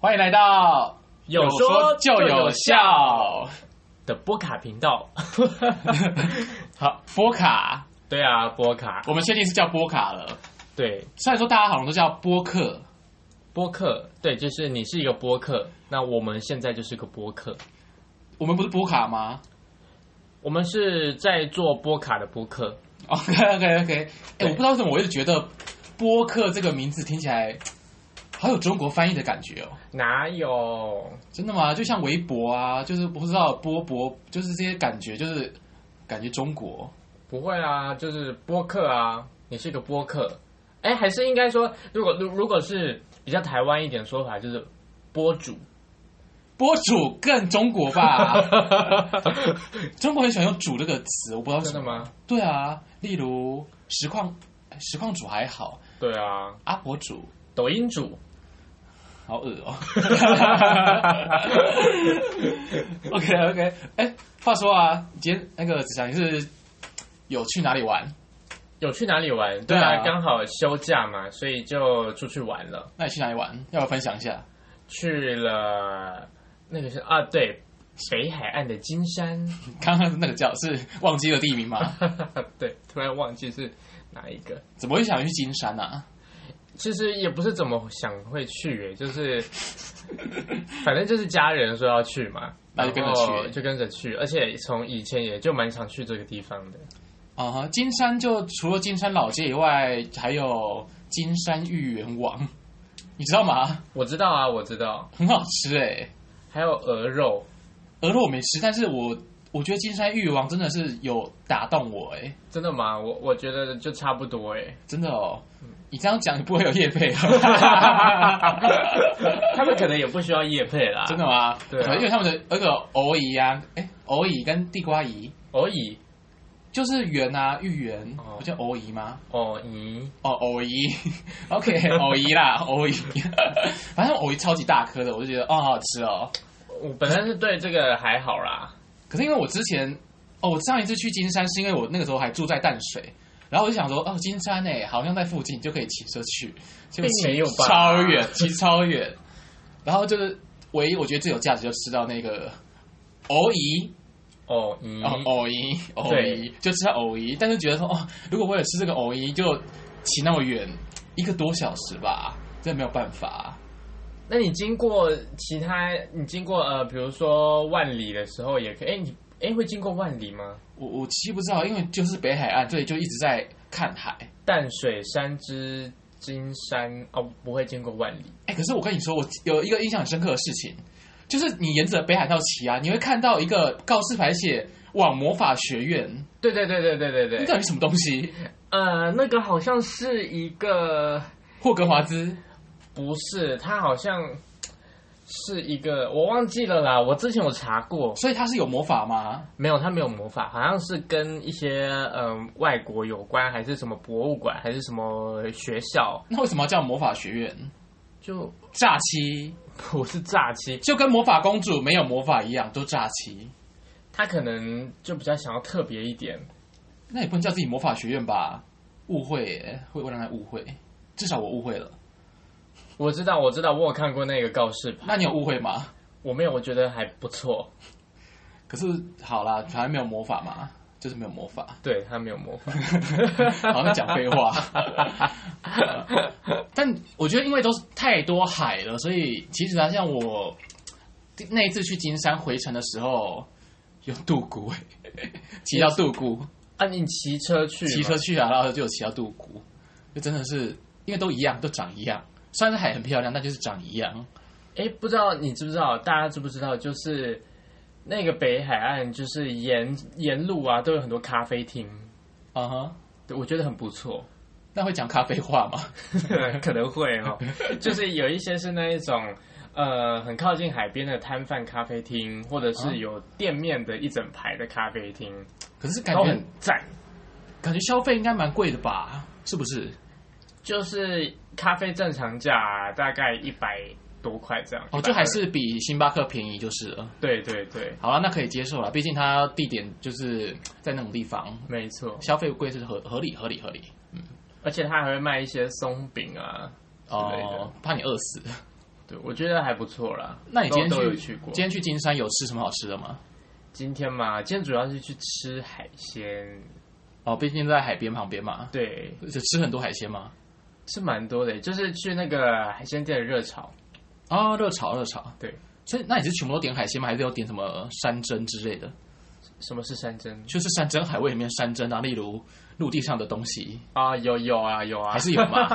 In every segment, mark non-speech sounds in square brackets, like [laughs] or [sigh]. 欢迎来到有说就有笑笑的波卡频道。好，波卡，对啊，波卡，我们确定是叫波卡了。对虽然说大家好像都叫波克，播客，对，就是你是一个播客，那我们现在就是个播客，我们不是波卡 [laughs] 吗我们是在做波卡的播客。 ？OK OK OK，哎、我对不知道为什么我一直觉得波克这个名字听起来好有中国翻译的感觉哦。哪有？真的吗？就像微博啊，就是不知道波博，就是这些感觉，就是感觉中国不会啊，就是播客啊，你是个播客。哎，还是应该说，如果如如果是比较台湾一点说法，就是播主。啊播主更中国 [laughs] 吧？中国很喜欢用“主”这个词，我不知道为真什的么。吗？对啊，例如实况，哎实况主还好，对啊，阿伯主抖音主。好恶哦、OK OK，哎、话说啊，今天那个子祥你是有去哪里玩？有去哪里玩？对对啊啊，刚好休假嘛，所以就出去玩了。那你去哪里玩？要不要分享一下？去了那个是啊，对，北海岸的金山。 [laughs] 刚刚那个叫是忘记了地名吗？对，突然忘记是哪一个。怎么会想去金山呢、啊？其实也不是怎么想会 [laughs] 去，就是反正就是家人说要去嘛，那就跟着去然后就跟着去。而且从以前也就蛮常去这个地方的。啊哈，金山就除了金山老街以外，还有金山芋圆王，你知道吗？我知道啊，我知道，很好吃哎、还有鹅肉，鹅肉我没吃，但是我我觉得金山芋圆王真的是有打动我哎、真的吗？我我觉得就差不多哎、真的哦。你这样讲不会有叶 [laughs] 配哦他们可能也不需要夜配啦， [laughs] 真的吗？对啊可能因为他们的那个藕姨啊，哎、藕姨跟地瓜姨而已。就是圆啊，芋圆哦不叫藕姨吗？哦，咦，哦，藕姨 [laughs] [laughs] ，OK，藕姨啦，藕姨，反正藕姨超级大颗的，我就觉得哦，好好吃哦。我本来是对这个还好啦，可是因为我之前，哦，我上一次去金山是因为我那个时候还住在淡水，然后我就想说，哦，金山诶，好像在附近就可以骑车去，就并没有吧超远，骑超远。然后就是唯一我觉得最有价值就吃到那个藕姨，哦，咦，哦，藕姨，藕姨对，就吃到藕姨，但是觉得说，哦，如果我也吃这个藕姨，就骑那么远，一个多小时吧，真的没有办法。那你经过其他，你经过呃，比如说万里的时候也可以，哎，你哎会经过万里吗？我我其实不知道，因为就是北海岸，所以就一直在看海。淡水山之金山哦，不会经过万里，哎、可是我跟你说，我有一个印象很深刻的事情，就是你沿着北海道骑啊，你会看到一个告示牌写“往魔法学院对对对对那对”，对到对，底是什么东西？呃，那个好像是一个，霍格华兹不是，它好像是一个，我忘记了啦，我之前有查过，所以它是有魔法吗？没有，它没有魔法，好像是跟一些嗯、呃外国有关，还是什么博物馆，还是什么学校，那为什么要叫魔法学院？就诈欺不是诈欺，就跟魔法公主没有魔法一样，都诈欺。他可能就比较想要特别一点。那也不能叫自己魔法学院吧？误会耶，会会让人误会。至少我误会了。我知道，我知道，我有看过那个告示牌，那你有误会吗？我没有，我觉得还不错。可是好啦，反正没有魔法嘛，就是没有魔法。对他没有魔法，好像讲废 [laughs] 话。但我觉得因为都是太多海了，所以其实啊，像我那一次去金山回程的时候，有杜姑、欸，骑到杜姑，啊，你骑车去吗，骑车去啊，然后就有骑到杜姑，就真的是因为都一样，都长一样。虽然是海很漂亮，但就是长一样。哎，不知道你知不知道，大家知不知道，就是那个北海岸，就是沿沿路啊，都有很多咖啡厅，啊哈，对我觉得很不错。那会讲咖啡话吗？ [laughs] 可能会哦，就是有一些是那一种呃很靠近海边的摊贩咖啡厅，或者啊是有店面的一整排的咖啡厅，可是感都觉很赞。感觉消费应该蛮贵的吧？是不是？就是咖啡正常价大概一百多块这样，哦， 120就还是比星巴克便宜就是了。对对对，好了，那可以接受了，毕竟它地点就是在那种地方，没错。消费贵是合合理合理合理。而且他还会卖一些松饼啊，之类的哦，怕你饿死。对，我觉得还不错啦。那你今天都都有去去过？今天去金山有吃什么好吃的吗？今天嘛，今天主要是去吃海鲜，哦，毕竟在海边旁边嘛，对，就吃很多海鲜吗？是蛮多的，就是去那个海鲜店的热炒，啊，热炒热炒，对。所以那你是全部都点海鲜吗？还是要点什么山珍之类的？什么是山珍就是山珍海味里面山珍啊，例如陆地上的东西，啊？有有啊有啊，还是有 [laughs] 嘛，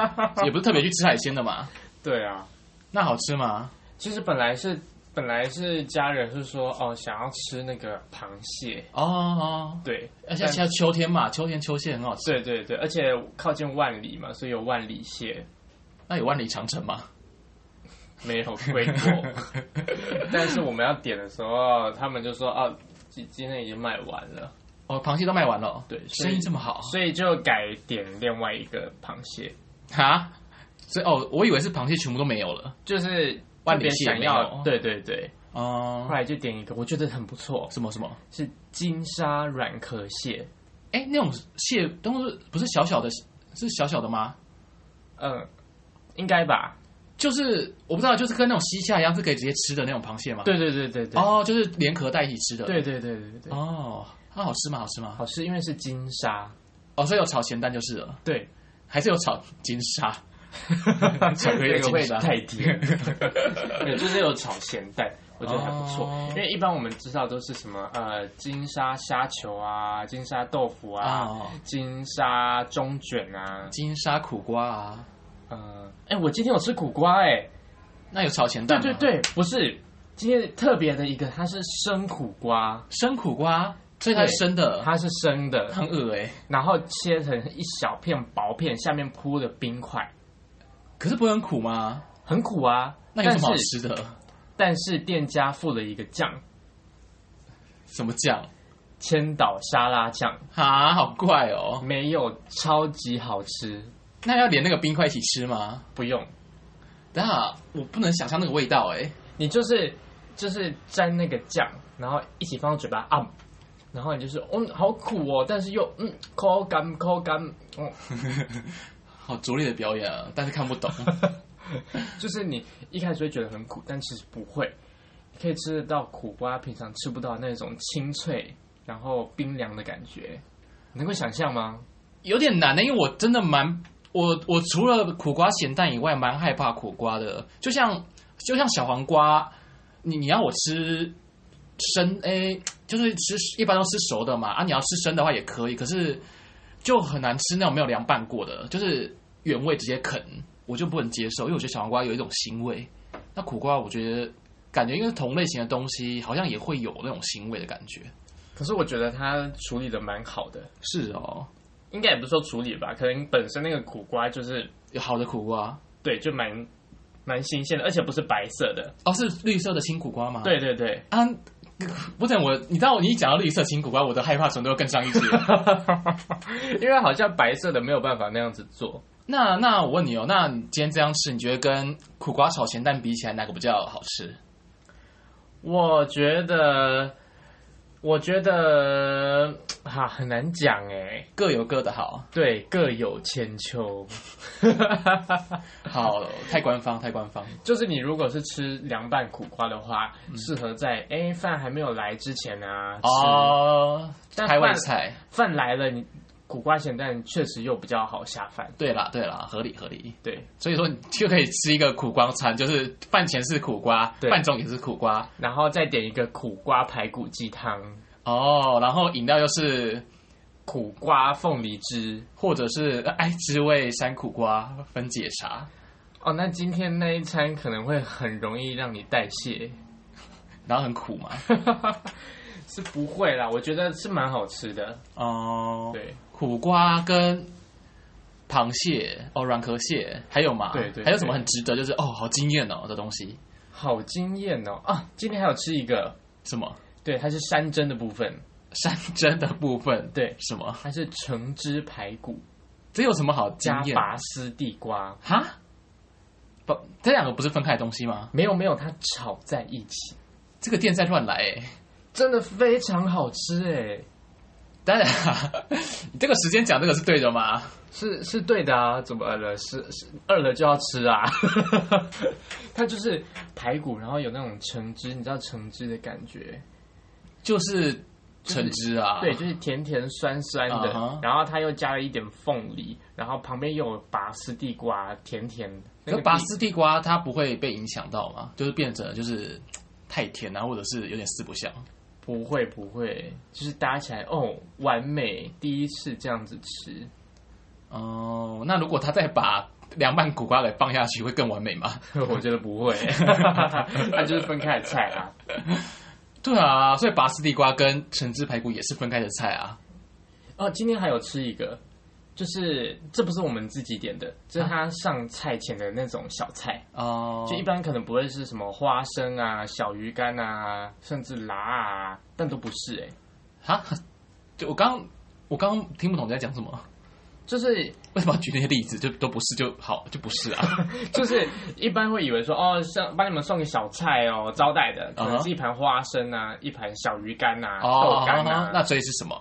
也不是特别去吃海鲜的嘛。对啊。那好吃吗？其实本来是本来是家人是说哦想要吃那个螃蟹，哦哦，对，而且现在秋天嘛，秋天秋蟹很好吃。对对对，而且靠近万里嘛，所以有万里蟹，那有万里长城吗？没有贵过。 [laughs] 但是我们要点的时候，他们就说哦，今今天已经卖完了，哦，螃蟹都卖完了哦，对，所生以意这么好所以就改点另外一个螃蟹，哈？所以哦，我以为是螃蟹全部都没有了。就是万特里别蟹想没要，有对对对，哦、后来就点一个，我觉得很不错，什么什么？是金沙软壳蟹，哎，那种蟹都是不是小小的，是小小的吗？嗯，应该吧？就是我不知道，就是跟那种西夏一样，是可以直接吃的那种螃蟹吗？对对对对对，哦，就是连壳带一起吃的。对对对对对，哦，那好吃吗？好吃吗？好吃，因为是金沙，哦，所以有炒咸蛋就是了，对，还是有炒金沙？巧克力 [laughs] 这个金味沙道太甜， [laughs] 对，就是有炒咸蛋，我觉得还不错。哦因为一般我们知道都是什么呃金沙虾球啊、金沙豆腐啊、哦，金沙中卷啊，金沙苦瓜啊，呃，哎、我今天有吃苦瓜哎、那有炒咸蛋对吗？对，对，不是。今天特别的一个，它是生苦瓜，生苦瓜，啊所以它是生的，它是生的，很恶哎、然后切成一小片薄片，下面铺的冰块，可是不会很苦吗？很苦啊。那有什但么好是吃的？但是店家附了一个酱，什么酱？千岛沙拉酱，啊，好怪哦！没有超级好吃，那要连那个冰块一起吃吗？不用，等一下我不能想象那个味道哎、你就是就是沾那个酱，然后一起放到嘴巴啊。然后你就是，嗯，好苦哦，但是又，嗯，口感口感，嗯，好拙劣的表演啊，但是看不懂。就是你一开始会觉得很苦，但其实不会，你可以吃得到苦瓜平常吃不到那种清脆，然后冰凉的感觉，你能够想象吗？有点难的、因为我真的蛮我我除了苦瓜咸蛋以外，蛮害怕苦瓜的。就像就像小黄瓜，你你要我吃生诶、就是吃一般都吃熟的嘛啊，你要吃生的话也可以，可是就很难吃那种没有凉拌过的，就是原味直接啃，我就不能接受，因为我觉得小黄瓜有一种腥味。那苦瓜我觉得感觉因为是同类型的东西，好像也会有那种腥味的感觉。可是我觉得它处理的蛮好的，是哦，应该也不是说处理吧，可能本身那个苦瓜就是有好的苦瓜对，就蛮蛮新鲜的，而且不是白色的。哦，是绿色的青苦瓜吗？对对对， [laughs] 啊，不等我，你知道你一讲到绿色青苦瓜，我的害怕程度又更上一级。 [laughs] 因为好像白色的没有办法那样子做。那那我问你哦，那你今天这样吃，你觉得跟苦瓜炒咸蛋比起来，哪个比较好吃？我觉得，我觉得哈、很难讲哎。各有各的好，对，各有千 [laughs] 秋。好太官方，太官方。就是你如果是吃凉拌苦瓜的话，嗯适合在哎饭还没有来之前啊吃。哦，但开胃饭菜，饭来了，你苦瓜咸蛋确实又比较好下饭。对啦对啦，合理合理。对，所以说你就可以吃一个苦瓜餐，就是饭前是苦瓜，对饭中也是苦瓜然后再点一个苦瓜排骨鸡汤、哦，然后饮料又是苦瓜凤梨汁。或者是爱滋味山苦瓜分解茶，哦，那今天那一餐可能会很容易让你代谢， [laughs] 然后很苦嘛。是不会啦，我觉得是蛮好吃的。哦，对，苦瓜跟螃蟹哦，软壳蟹还有嘛？对对还有什么对很值得就是哦，好惊艳哦的东西？好惊艳哦！啊，今天还有吃一个，什么对，它是山珍的部分，山珍的部分？对，什么？它是橙汁排骨这有什么好惊加艳？拔丝地瓜，哈？不，这两个不是分开的东西吗？没有没有，它炒在一起，欸这个店在乱来哎、真的非常好吃哎！当然、啊， [laughs] 你这个时间讲这个是对的吗？是是对的啊，怎么饿了？是是饿了就要吃啊。 [laughs] 它就是排骨，然后有那种橙汁，你知道橙汁的感觉，就是橙汁啊，对，就是甜甜酸酸的啊哈然后它又加了一点凤梨，然后旁边又有拔丝地瓜，甜甜的。那可个拔地丝地瓜它不会被影响到吗？就是变成就是太甜啊，或者是有点四不像。不会不会，就是搭起来哦，完美，第一次这样子吃， [laughs] 哦、那如果他再把凉拌苦瓜给放下去，会更完美吗？ [laughs] 我觉得不会， [laughs] 它就是分开的菜啊。对啊，所以拔丝地瓜跟橙汁排骨也是分开的菜啊。哦，今天还有吃一个，就是这不是我们自己点的，这是他上菜前的那种小菜，哦、就一般可能不会是什么花生啊、小鱼干啊，甚至辣啊，但都不是哎、啊， [laughs] 就我刚我刚刚听不懂你在讲什么， [laughs] 就是 [laughs] 为什么要举那些例子？就都不是就好，就不是啊。就是一般会以为说哦，像帮你们送个小菜哦，招待的可啊能哈是一盘花生啊，一盘小鱼干啊、哦豆，好干好啊好，那所以是什 [laughs] 么？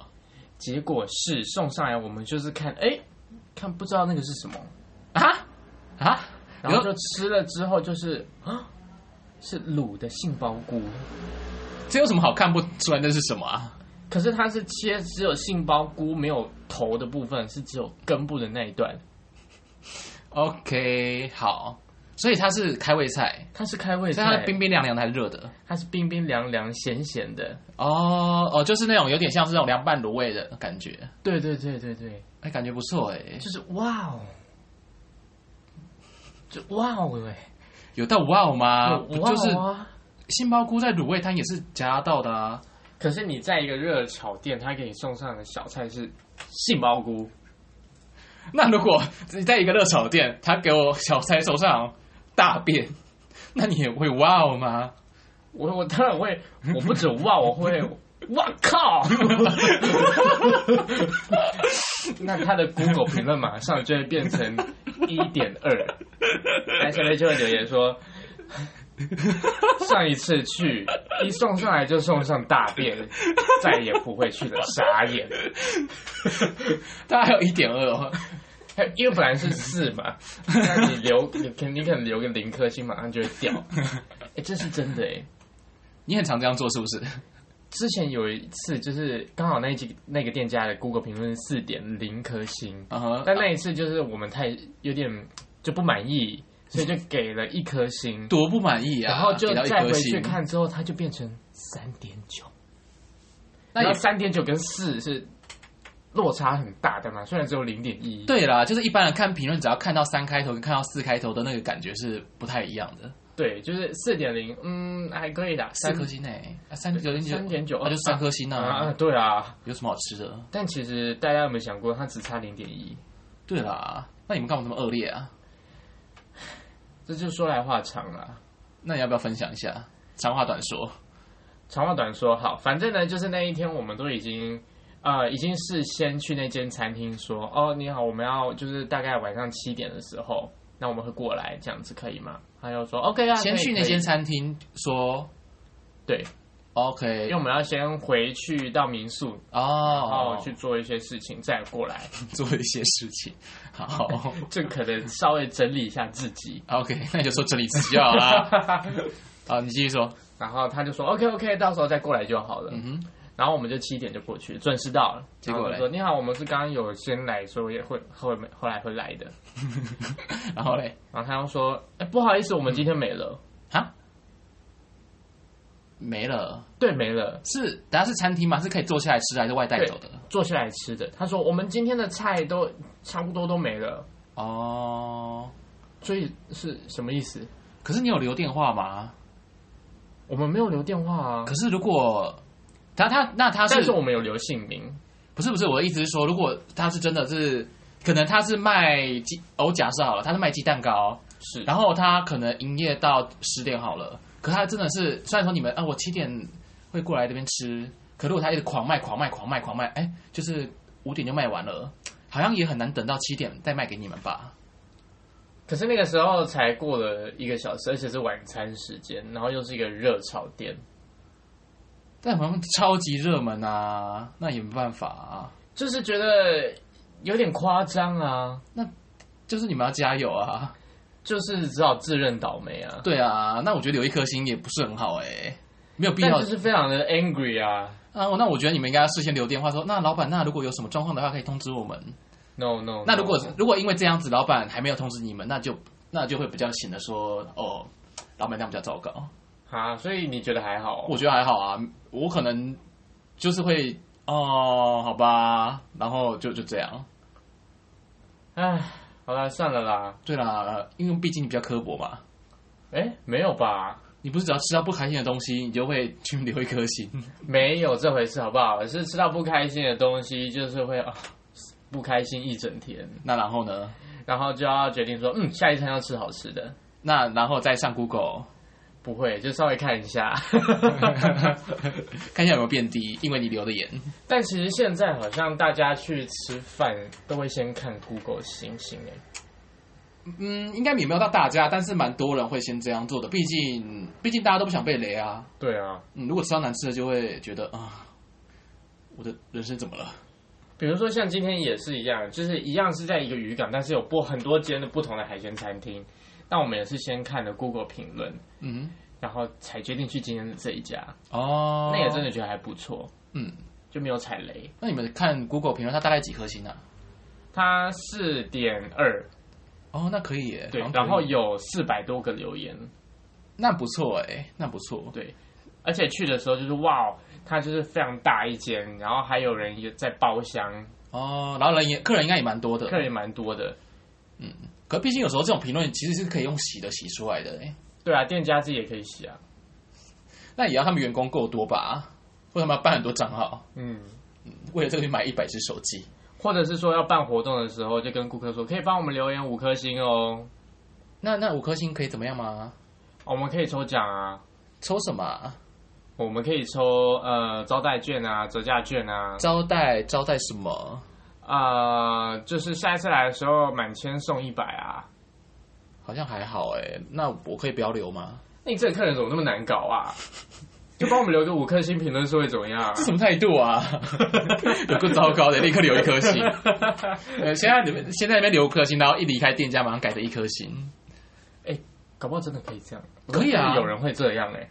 结果是送上来，我们就是看哎，看不知道那个是什么，啊啊，然后就吃了之后就是啊，是卤的杏鲍菇。这有什么好看不出来那是什么啊？可是它是切只有杏鲍菇没有头的部分，是只有根部的那一段， OK，好，所以它是开胃菜，它是开胃所以它菜是，冰冰凉凉的还是热的？它是冰冰凉凉、咸咸的。哦哦，就是那种有点像是那种凉拌卤味的感觉，对对对对对，哎，感觉不错哎，就是哇哦，就哇哦哎、有到哇哦吗？不有哇就是哦啊！杏鲍菇在卤味摊也是夹到的啊？可是你在一个热炒店，它给你送上的小菜是杏鲍菇，那如果你在一个热炒店，他给我小菜手上大便， [laughs] 那你也会哇哦吗？ [laughs] 我我当然会，我不止哇，我会哇靠！ [laughs] 那他的 Google 评论马上就会变成一点二，那下面就会留言说，上一次去一送上来就送上大便，再也不会去了，傻眼。大概还有一点二哦，哎因为本来是四嘛，那你留你肯定可能留个零颗星，马上就会掉。哎、这是真的哎、你很常这样做是不是？之前有一次，就是刚好那一集那个店家的 Google 评论是四点零颗星，啊哈，但那一次就是我们太有点就不满意，所以就给了一颗星，多不满意啊！然后就给到一再颗回去星，看之后，它就变成三点九。那那也有三点九跟四是落差很大的嘛，虽然只有零点一，对啦，就是一般人看评论，只要看到三开头跟看到四开头的那个感觉是不太一样的。对，就是四点零，嗯，还可以的，四三颗星诶、啊三九点九，哦三点九，那就三颗星啊啊，啊，对啊。有什么好吃的？但其实大家有没有想过，它只差零点一？对啦，那你们干嘛这么恶劣啊？这就说来话长了。那你要不要分享一下？长话短说，长话短说，好，反正呢，就是那一天我们都已经，呃，已经是先去那间餐厅说，哦，你好，我们要就是大概晚上七点的时候，那我们会过来，这样子可以吗？他就说 OK 啊，先可以去那可以间餐厅说哦对，因 OK 为我们要先回去到民宿，然后哦，去做一些事情，再过来，做一些事情。好 [laughs] 就可能稍微整理一下自己。 ，OK，那你就说整理自己就好 [laughs] 啦。好，你继续说。然后他就说 OK OK，到时候再过来就好了。嗯哼，然后我们就七点就过去，准时到了。结果嘞然后就说你好，我们是刚刚有先来，所以会后后来会来的。然后嘞，然后他又说：“哎、不好意思，我们今天没了。啊，没了，对，没了，是等下是餐厅吗？是可以坐下来吃的还是外带对走的？坐下来吃的。他说我们今天的菜都差不多都没了，哦，所以是什么意思？可是你有留电话吗？我们没有留电话啊，可是如果他他那他是但是我们有留姓名。不是不是我的意思是说，如果他是真的是可能他是卖鸡，哦我假设好了，他是卖鸡蛋糕，是然后他可能营业到十点好了，可他真的是虽然说你们啊我七点会过来这边吃，可如果他一直狂卖狂卖狂卖狂卖，哎，就是五点就卖完了，好像也很难等到七点再卖给你们吧？可是那个时候才过了一个小时，而且是晚餐时间，然后又是一个热炒店，但好像超级热门啊，那也没办法啊，就是觉得有点夸张啊，就是你们要加油啊，就是只好自认倒霉啊。对啊，那我觉得留一颗心也不是很好哎、没有必但要就是非常的 angry 啊啊。那我觉得你们应该要事先留电话说，那老板，那如果有什么状况的话，可以通知我们。 ，no no, no。那如果如果因为这样子，老板还没有通知你们，那就那就会比较显得说，哦，老板这样比较糟糕。啊，所以你觉得还好、我觉得还好啊，我可能就是会哦，好吧，然后就就这样。唉，好啦，算了啦。对啦，因为毕竟你比较刻薄嘛，哎，没有吧？你不是只要吃到不开心的东西，你就会去留一颗心。没有这回事，好不好？是吃到不开心的东西，就是会啊不开心一整天，那然后呢？然后就要决定说，嗯，下一餐要吃好吃的。那然后再上 Google [laughs] 不会，就稍微看一下。 [laughs] 看一下有没有变低，因为你留的言。但其实现在好像大家去吃饭都会先看 Google 星星哎，嗯，应该也没有到大家，但是蛮多人会先这样做的，毕竟毕竟大家都不想被雷啊。对啊，嗯，如果吃到难吃的，就会觉得啊，我的人生怎么了？比如说像今天也是一样，就是一样是在一个渔港，但是有不很多间的不同的海鲜餐厅。但我们也是先看了 Google 评论，嗯，然后才决定去今天的这一家，哦，那也真的觉得还不错，嗯，就没有踩雷。那你们看 Google 评论，它大概几颗星啊？它四点二，哦，那可以耶。对好，像可以然后有四百多个留言，那不错哎，那不错。对，而且去的时候就是哇哦，它就是非常大一间，然后还有人也在包厢，哦，然后人也客人应该也蛮多的客，人也蛮多的。可毕竟有时候这种评论其实是可以用洗的洗出来的哎，对啊，店家自己也可以洗啊。那也要他们员工够多吧？或者他们要办很多账号，嗯，为了这个去买一百只手机。或者是说要办活动的时候，就跟顾客说，可以帮我们留言五颗星哦，那那五颗星可以怎么样吗？我们可以抽奖啊，抽什么啊、我们可以抽呃招待券啊、折价券啊，招待招待什么？啊，就是下一次来的时候满千送一百啊。好像还好哎，那我可以不要留吗？哎那你这个客人怎么那么难搞啊？ [laughs] 就帮我们留个五颗星评论是会怎么样啊这？什么态度啊？有够糟糕的，立刻留一颗星。呃，现在你们现在那边留一颗星，然后一离开店家马上改成一颗星， [laughs] 搞不好真的可以这样，可以啊有人会这样哎、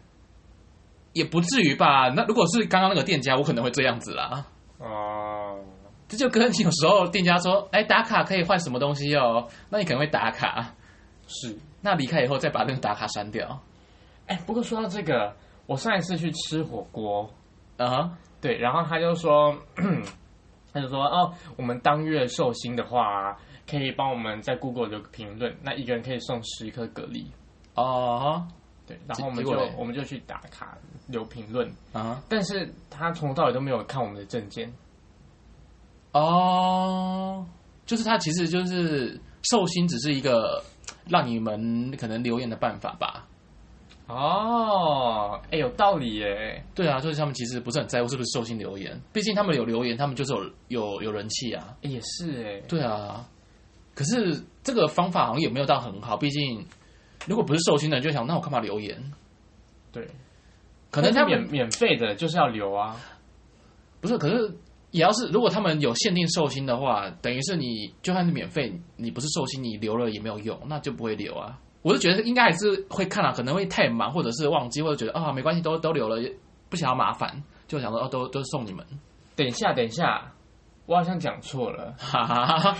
也不至于吧？那如果是刚刚那个店家，我可能会这样子啦。哦、这就跟有时候店家说，哎，打卡可以换什么东西哦，那你可能会打卡，是。那离开以后再把那个打卡删掉。哎、不过说到这个，我上一次去吃火锅，啊、哈，对，然后他就说， [clears throat] 他就说哦，我们当月寿星的话，可以帮我们在 Google 留个评论，那一个人可以送十颗蛤蜊。哦，对，然后我结们就果嘞我们就去打卡留评论，啊，但是他从头到尾都没有看我们的证件，哦，就是它其实就是寿星，只是一个让你们可能留言的办法吧。哦，哎，有道理耶。对啊，就是他们其实不是很在乎是不是寿星留言，毕竟他们有留言，他们就是有有有人气啊。哎也是哎，对啊，可是这个方法好像也没有到很好，毕竟如果不是寿星的人就想，那我干嘛留言？对，可能但他是免们免费的就是要留啊，不是，可是也要是如果他们有限定寿星的话，等于是你就算是免费，你不是寿星，你留了也没有用，那就不会留啊。我是觉得应该还是会看啊，可能会太忙，或者是忘记，或者觉得啊、没关系，都都留了，不想要麻烦，就想说哦都都送你们，等一下，等一下，我好像讲错了，哈哈哈，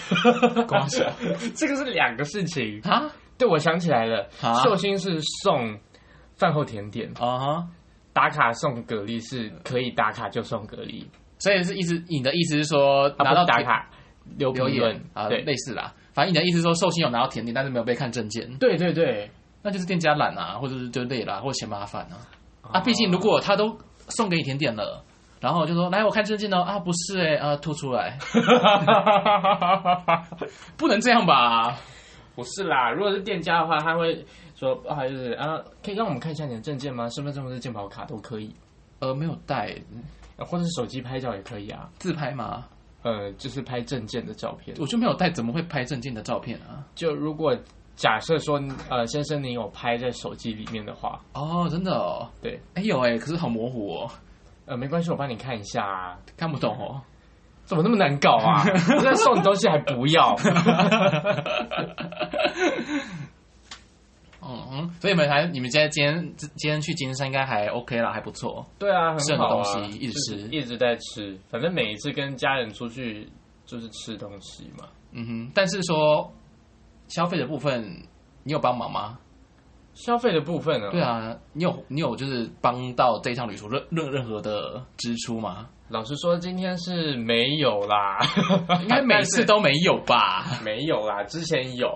光想 [laughs] 这个是两个事情。啊。对，我想起来了啊，寿星是送饭后甜点，啊哈，打卡送蛤蜊是可以打卡就送蛤蜊，所以是一直你的意思是说啊拿到不打甜卡留留评论言啊，对类似啦。反正你的意思是说寿星有拿到甜点，但是没有被看证件，对对对，那就是店家懒啊，或者是就累啦、或者嫌麻烦啊。啊，哦毕竟如果他都送给你甜点了，然后就说来我看证件哦，啊不是哎、啊吐出来， [laughs] 不能这样吧？不是啦，如果是店家的话，他会说不好意思啊，可以让我们看一下你的证件吗？身份证或是健保卡都可以，呃呃，没有带或者是手机拍照也可以啊。自拍吗？呃，就是拍证件的照片。我就没有带，怎么会拍证件的照片啊？就如果假设说，呃，先生您有拍在手机里面的话，哦，真的哦，对，哎有哎，可是好模糊哦。呃，没关系，我帮你看一下啊。看不懂哦。怎么那么难搞 [laughs] 啊？我在送你东西还不要？ [laughs] 嗯嗯，所以你们还你们现在今天今天去金山应该还 OK 啦，还不错。对啊，剩的很好东啊，西一直就是吃一直在吃。反正每一次跟家人出去就是吃东西嘛。嗯哼，但是说消费的部分，你有帮忙吗？消费的部分呢、对啊，你有你有就是帮到这一趟旅途任任任何的支出吗？老实说，今天是没有啦，应该每次都没有吧？但是没有啦。之前有，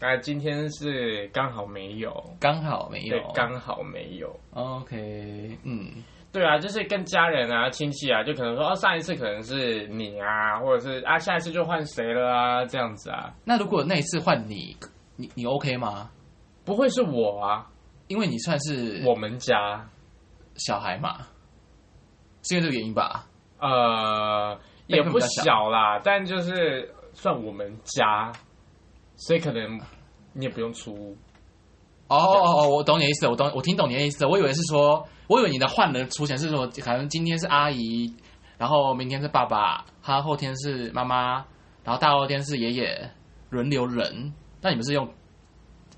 那今天是刚好没有，刚好没有对，。刚好没有。 OK，嗯对啊，就是跟家人啊、亲戚啊，就可能说哦，上一次可能是你啊，或者是啊，下一次就换谁了啊，这样子啊，，那如果那一次换你，你你 OK 吗？不会是我啊，因为你算是我们家小孩嘛，是因为这个原因吧？呃也不小啦，但就是算我们家，所以可能你也不用出，哦哦哦，我懂你的意思，我懂，我听懂你的意思。我以为是说，我以为你的换人出钱是说，可能今天是阿姨，然后明天是爸爸，他后天是妈妈，然后大后天是爷爷，轮流人。那你们是用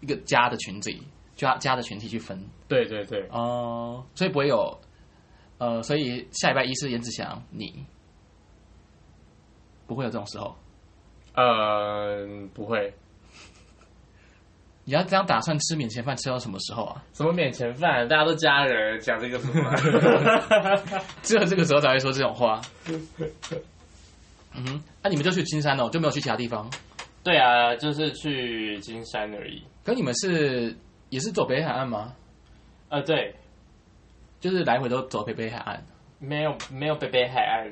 一个家的群体，家家的群体去分对对对，哦，所以不会有呃，所以下礼拜一是严志祥，你不会有这种时候。呃，不会，你要这样打算吃免钱饭吃到什么时候啊？什么免钱饭，大家都家人，讲这个什么？只有这个时候才会说这种 [laughs] 话。嗯哼，那、你们就去金山了，就没有去其他地方。 [laughs] 对啊，就是去金山而已，可你们是也是走北海岸吗？呃，对。就是来回都走北北海岸。 [laughs] 没有没有北北海岸，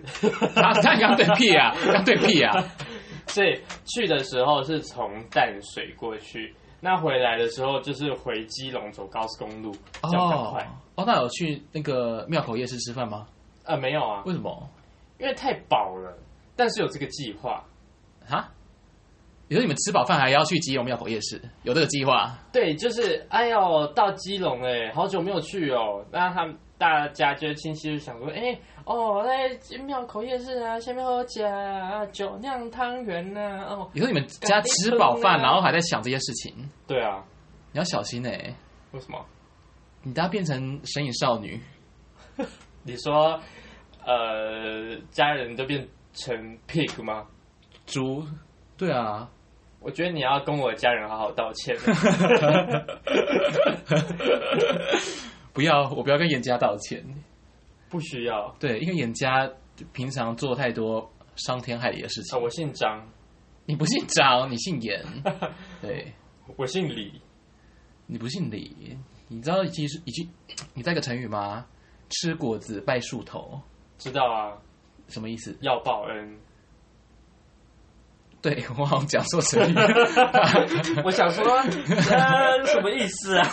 啊，那你刚对屁 [laughs] 啊，刚对屁啊。 [laughs] 所以去的时候是从淡水过去，那回来的时候就是回基隆走高速公路，这样更哦快。哦，那有去那个庙口夜市吃饭吗？呃，没有啊，为什么因为太饱了，但是有这个计划。啊？你说你们吃饱饭还要去基隆庙口夜市，有这个计划？对，就是哎呦，到基隆哎、好久没有去哦。那他们大家就亲戚就想说，哎、哦，那庙口夜市啊，下面有家啊，酒酿汤圆呐、哦，你说你们家吃饱饭，然后还在想这些事情，你对啊，要小心哎、为什么？你等下变成神隐少女。你说，呃，家人都变成 pig 吗？猪，对啊，我觉得你要跟我家人好好道歉。 [laughs] 不要，我不要跟严家道歉。不需要，对，因为严家平常做太多伤天害理的事呃、情。我姓张，你不姓张，你姓 [laughs] 严，对，我姓李，你不姓李。你知道一句一句，你知道一个成语吗？吃果子拜树头，知道啊，什么意思？要报恩。对我好像讲错成语。 [laughs] 我想说，呃，什么意思啊？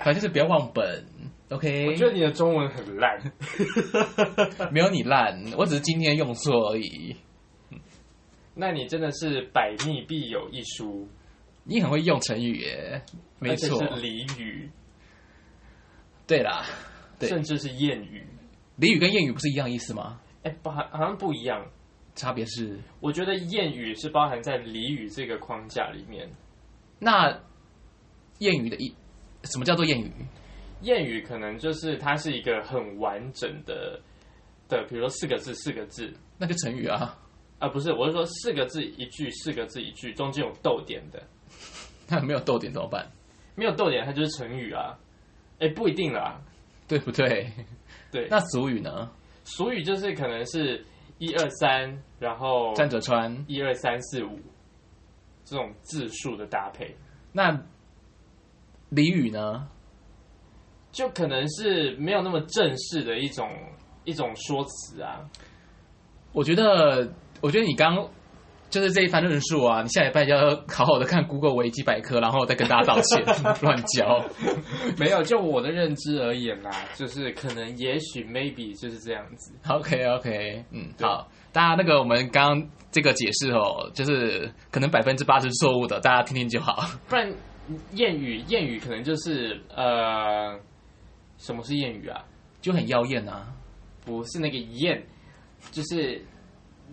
反正就是不要忘本我，OK？觉得你的中文很烂。没有你烂，我只是今天用错而已。那你真的是百密必有一疏，你很会用成语耶，没错哎而且。是俚语，对啦，对甚至是谚语。俚语跟谚语不是一样意思吗？哎，不好，好像不一样。差别是，我觉得谚语是包含在俚语这个框架里面。那谚语的意，什么叫做谚语？谚语可能就是它是一个很完整的的，比如说四个字四个字，那就成语啊， [laughs] 啊、不是，我是说四个字一句，四个字一句，中间有逗点的，那没有逗点怎么办？没有逗点它就是成语啊。哎，不一定啦，对不对？ [laughs] 对，那俗语呢？俗语就是可能是一二三，然后站着穿。一二三四五这种字数的搭配，那俚语呢？就可能是没有那么正式的一种一种说辞啊。我觉得，我觉得你刚就是这一番论述啊，你下礼拜就要好好的看 Google 维基百科，然后再跟大家道歉， [laughs] 乱教。 [laughs] 没有，就我的认知而言啦，就是可能也许 maybe 就是这样子。 OK OK，嗯，对好，大家那个我们刚刚这个解释哦，就是可能百分之八十错误的，大家听听就好。不然谚语谚语可能就是呃，什么是谚语啊？就很妖艳啊。不是那个谚，就是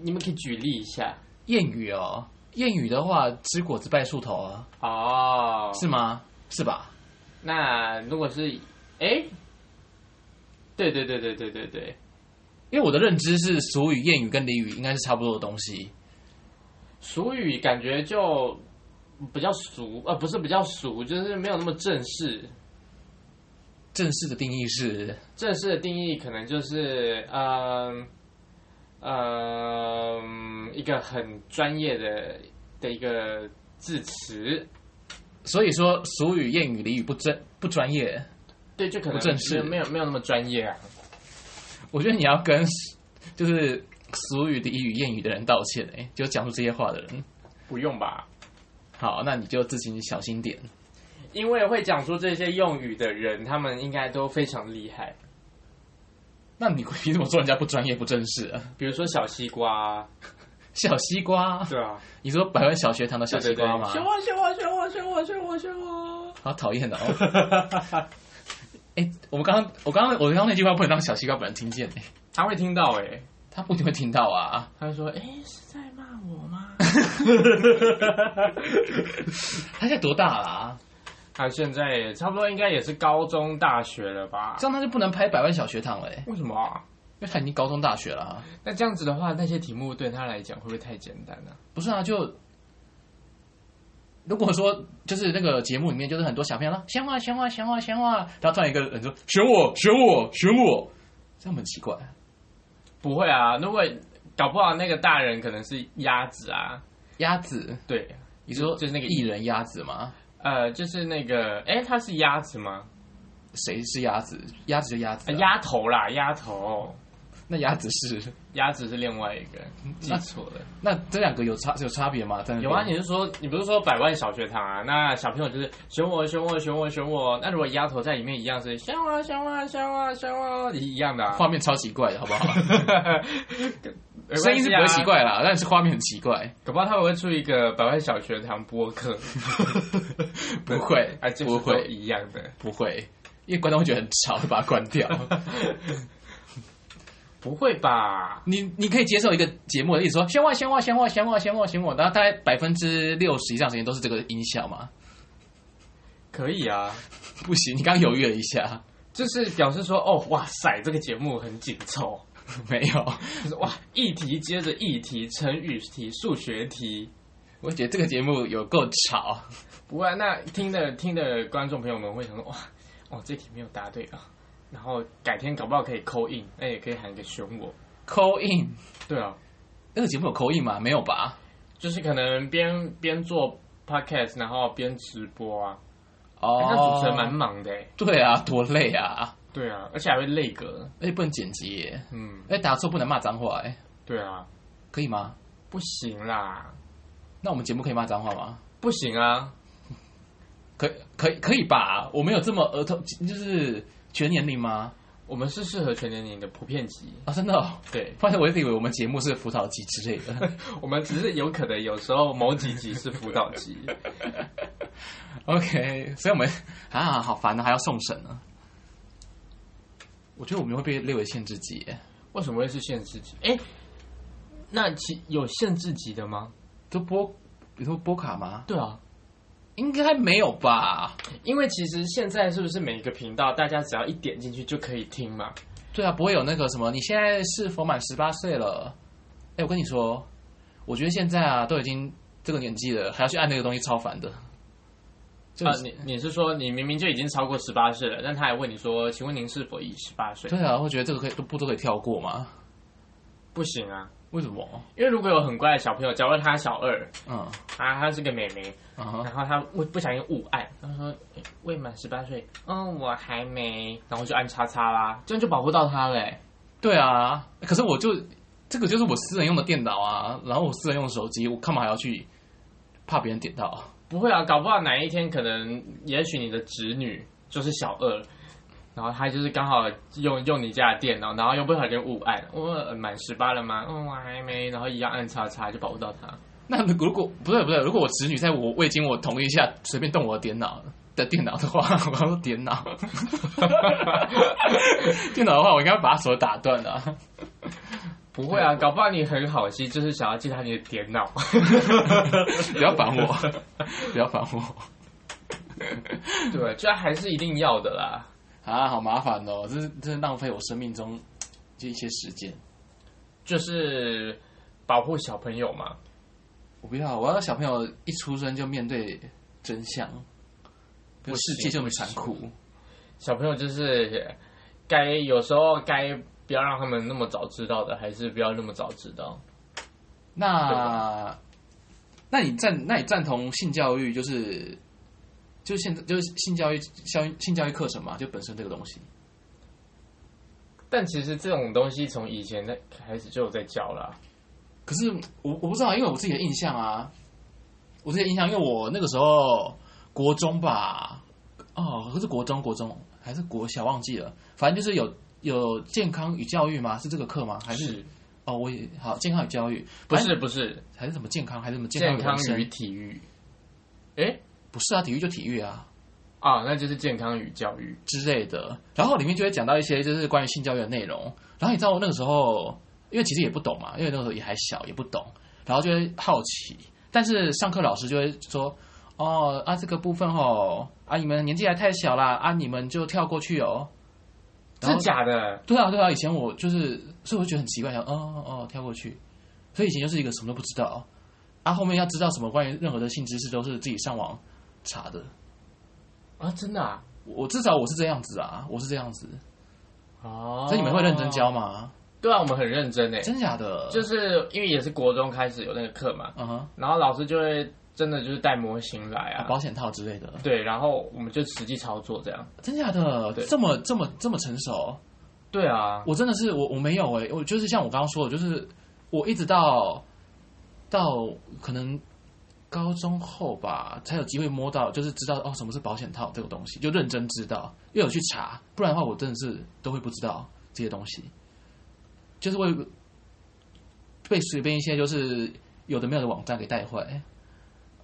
你们可以举例一下谚语哦，谚语的话，吃果子拜树头啊，哦。是吗？是吧？那如果是，哎、对对对对对对对，因为我的认知是俗语、谚语跟俚语应该是差不多的东西。俗语感觉就比较俗，呃，不是比较俗，就是没有那么正式。正式的定义是，正式的定义可能就是，嗯、呃，一个很专业的的一个字词，所以说俗语、谚语、俚语不专不专业。对，就可能不正式没有没有那么专业啊。我觉得你要跟 [laughs] 就是俗语、俚语、谚语的人道歉哎、就讲出这些话的人。不用吧，好，那你就自己小心点。因为会讲出这些用语的人，他们应该都非常厉害。那你凭什么说人家不专业、不正式啊？比如说小西瓜、小西瓜，对啊，你说百万小学堂的小对西对对瓜吗？学我学我学我学我学 [laughs] 我学我。好讨厌哦！哎、我们刚刚，我刚刚，我刚刚那句话不能让小西瓜本人听见、哎，他会听到哎、他不一定会听到啊。他会说：“哎、是在骂我吗他现在多大啦、？”啊 [laughs] 他现在也差不多应该也是高中大学了吧？这样他就不能拍百万小学堂了、哎为什么、啊？因为他已经高中大学了、啊。那这样子的话，那些题目对他来讲会不会太简单呢、不是啊，就如果说就是那个节目里面，就是很多小朋友啦，选我，选我，选我，选我，然后突然一个人说选我，选我，选我，这样很奇怪。啊不会啊，如果搞不好那个大人可能是鸭子啊，鸭子，对，你说就是那个艺人鸭子吗？呃，就是那个，哎、他是鸭子吗？谁是鸭子？鸭子就鸭子、啊啊，鸭头啦，鸭头，那鸭子是鸭子是另外一个，记错了。那这两个有差有差别吗？在那边有啊，你是说你不是说百万小学堂啊？那小朋友就是选我选我选我选我。那如果丫头在里面一样是选我选我选我选我一样的、啊， [laughs] 画面超奇怪的，好不好？没关系声啊音是不会奇，怪啦，但是画面很奇怪。搞不好他们会出一个百万小学堂播 [laughs] 客，不会啊，就是不会都一样的，不会，因为观众会觉得很吵，就把它关掉。不会吧？你你可以接受一个节目的意思说，先我先我先我先我先我先我，然后大概百分之六十以上时间都是这个音效嘛？可以啊，不行，你刚犹豫了一下，就是表示说，哦，哇塞，这个节目很紧凑，没有。就是哇，一题接着一题，成语题、数学题。我觉得这个节目有够吵，不会、啊，那听的听的观众朋友们会想说，哇，哦，这题没有答对啊，然后改天搞不好可以扣印，那也可以喊一个选我。扣印。对啊，那个节目有扣印吗？没有吧？就是可能边边做 podcast，然后边直播啊，哦那主持人蛮忙的欸。对啊，多累啊！对啊，而且还会累格。而且不能剪辑耶，嗯，哎，打错不能骂脏话，哎，对啊，可以吗？不行啦，那我们节目可以骂脏话吗？不行啊，可可以可以吧？我们有这么儿童，就是全年龄吗？我们是适合全年龄的普遍级。啊，真的、哦， [laughs] 对，发现我一直以为我们节目是辅导级之类的。 [laughs] 我们只是有可能有时候某几集是辅导级， OK，所以我们啊，好烦啊，还要送审呢、我觉得我们会被列为限制级耶，为什么会是限制级？哎，那其有限制级的吗？就波，你说波卡吗？对啊，应该没有吧？因为其实现在是不是每一个频道，大家只要一点进去就可以听嘛？对啊，不会有那个什么，你现在是否满十八岁了？哎，我跟你说，我觉得现在啊，都已经这个年纪了，还要去按那个东西，超烦的。就啊，是你你是说你明明就已经超过十八岁了，但他还问你说，请问您是否已十八岁？对啊，会觉得这个可以都步骤可以跳过吗？不行啊，为什么？因为如果有很乖的小朋友，假如他小二嗯啊，他是个妹妹，嗯然哼，后他不不小心误按，他说诶未满十八岁，嗯，我还没，然后就按叉叉啦，这样就保护到他嘞、欸对啊，可是我就这个就是我私人用的电脑啊，然后我私人用的手机，我干嘛还要去怕别人点到 [laughs] 啊？不会啊，搞不好哪一天可能，也许你的侄女就是小二，然后她就是刚好用用你家的电脑，然后又不小心误按，我、呃满十八了吗？嗯，我还没，然后一样按叉叉就保护到她。那如果不对不对，如果我侄女在我未经我同意下随便动我的电脑，的电脑的话， [laughs] 我要说电脑，电脑的话，我应该把手打断啊了。不会啊，搞不好你很好心，就是想要借他你的电脑。不要烦我，不要烦我 [laughs] [laughs] 对，这还是一定要的啦。啊！好麻烦哦，这是这是浪费我生命中这一些时间。就是保护小朋友嘛。我不要，我要小朋友一出生就面对真相，不世界行这么残酷。小朋友就是该有时候该不要让他们那么早知道的，还是不要那么早知道。那，那你赞那你赞同性教育就是就是现在就是性教育教育性教育课程嘛？就本身这个东西，但其实这种东西从以前的开始就有在教啦。可是我我不知道，因为我自己的印象啊，我自己的印象，因为我那个时候国中吧，哦，可是国中国中还是国小忘记了，反正就是有有健康与教育吗？是这个课吗？还是哦，我也好健康与教育，不反正是不是还是什么健康还是什么健康康与人与生？体育？诶不是啊，体育就体育啊。啊，那就是健康与教育。之类的，然后里面就会讲到一些就是关于性教育的内容。然后你知道我那个时候，因为其实也不懂嘛，因为那个时候也还小，也不懂，然后就会好奇。但是上课老师就会说：“哦啊，这个部分哦，啊你们年纪还太小啦，啊你们就跳过去哦。”然是后假的？对啊对啊，以前我就是，所以我就觉得很奇怪，想哦哦哦跳过去，所以以前就是一个什么都不知道，啊后面要知道什么关于任何的性知识都是自己上网查的。啊，真的啊！我至少我是这样子啊，我是这样子。哦所以你们会认真？教吗？对啊，我们很认真诶。真假的？就是因为也是国中开始有那个课嘛，嗯哼，然后老师就会真的就是带模型来啊，保险套之类的，对，然后我们就实际操作这样。真假的？对这么这么这么成熟？对啊，我真的是我我没有诶、我就是像我刚刚说的，就是我一直到到可能高中后吧，才有机会摸到，就是知道哦什么是保险套这个东西，就认真知道，又有去查，不然的话我真的是都会不知道这些东西，就是会被随便一些就是有的没有的网站给带坏。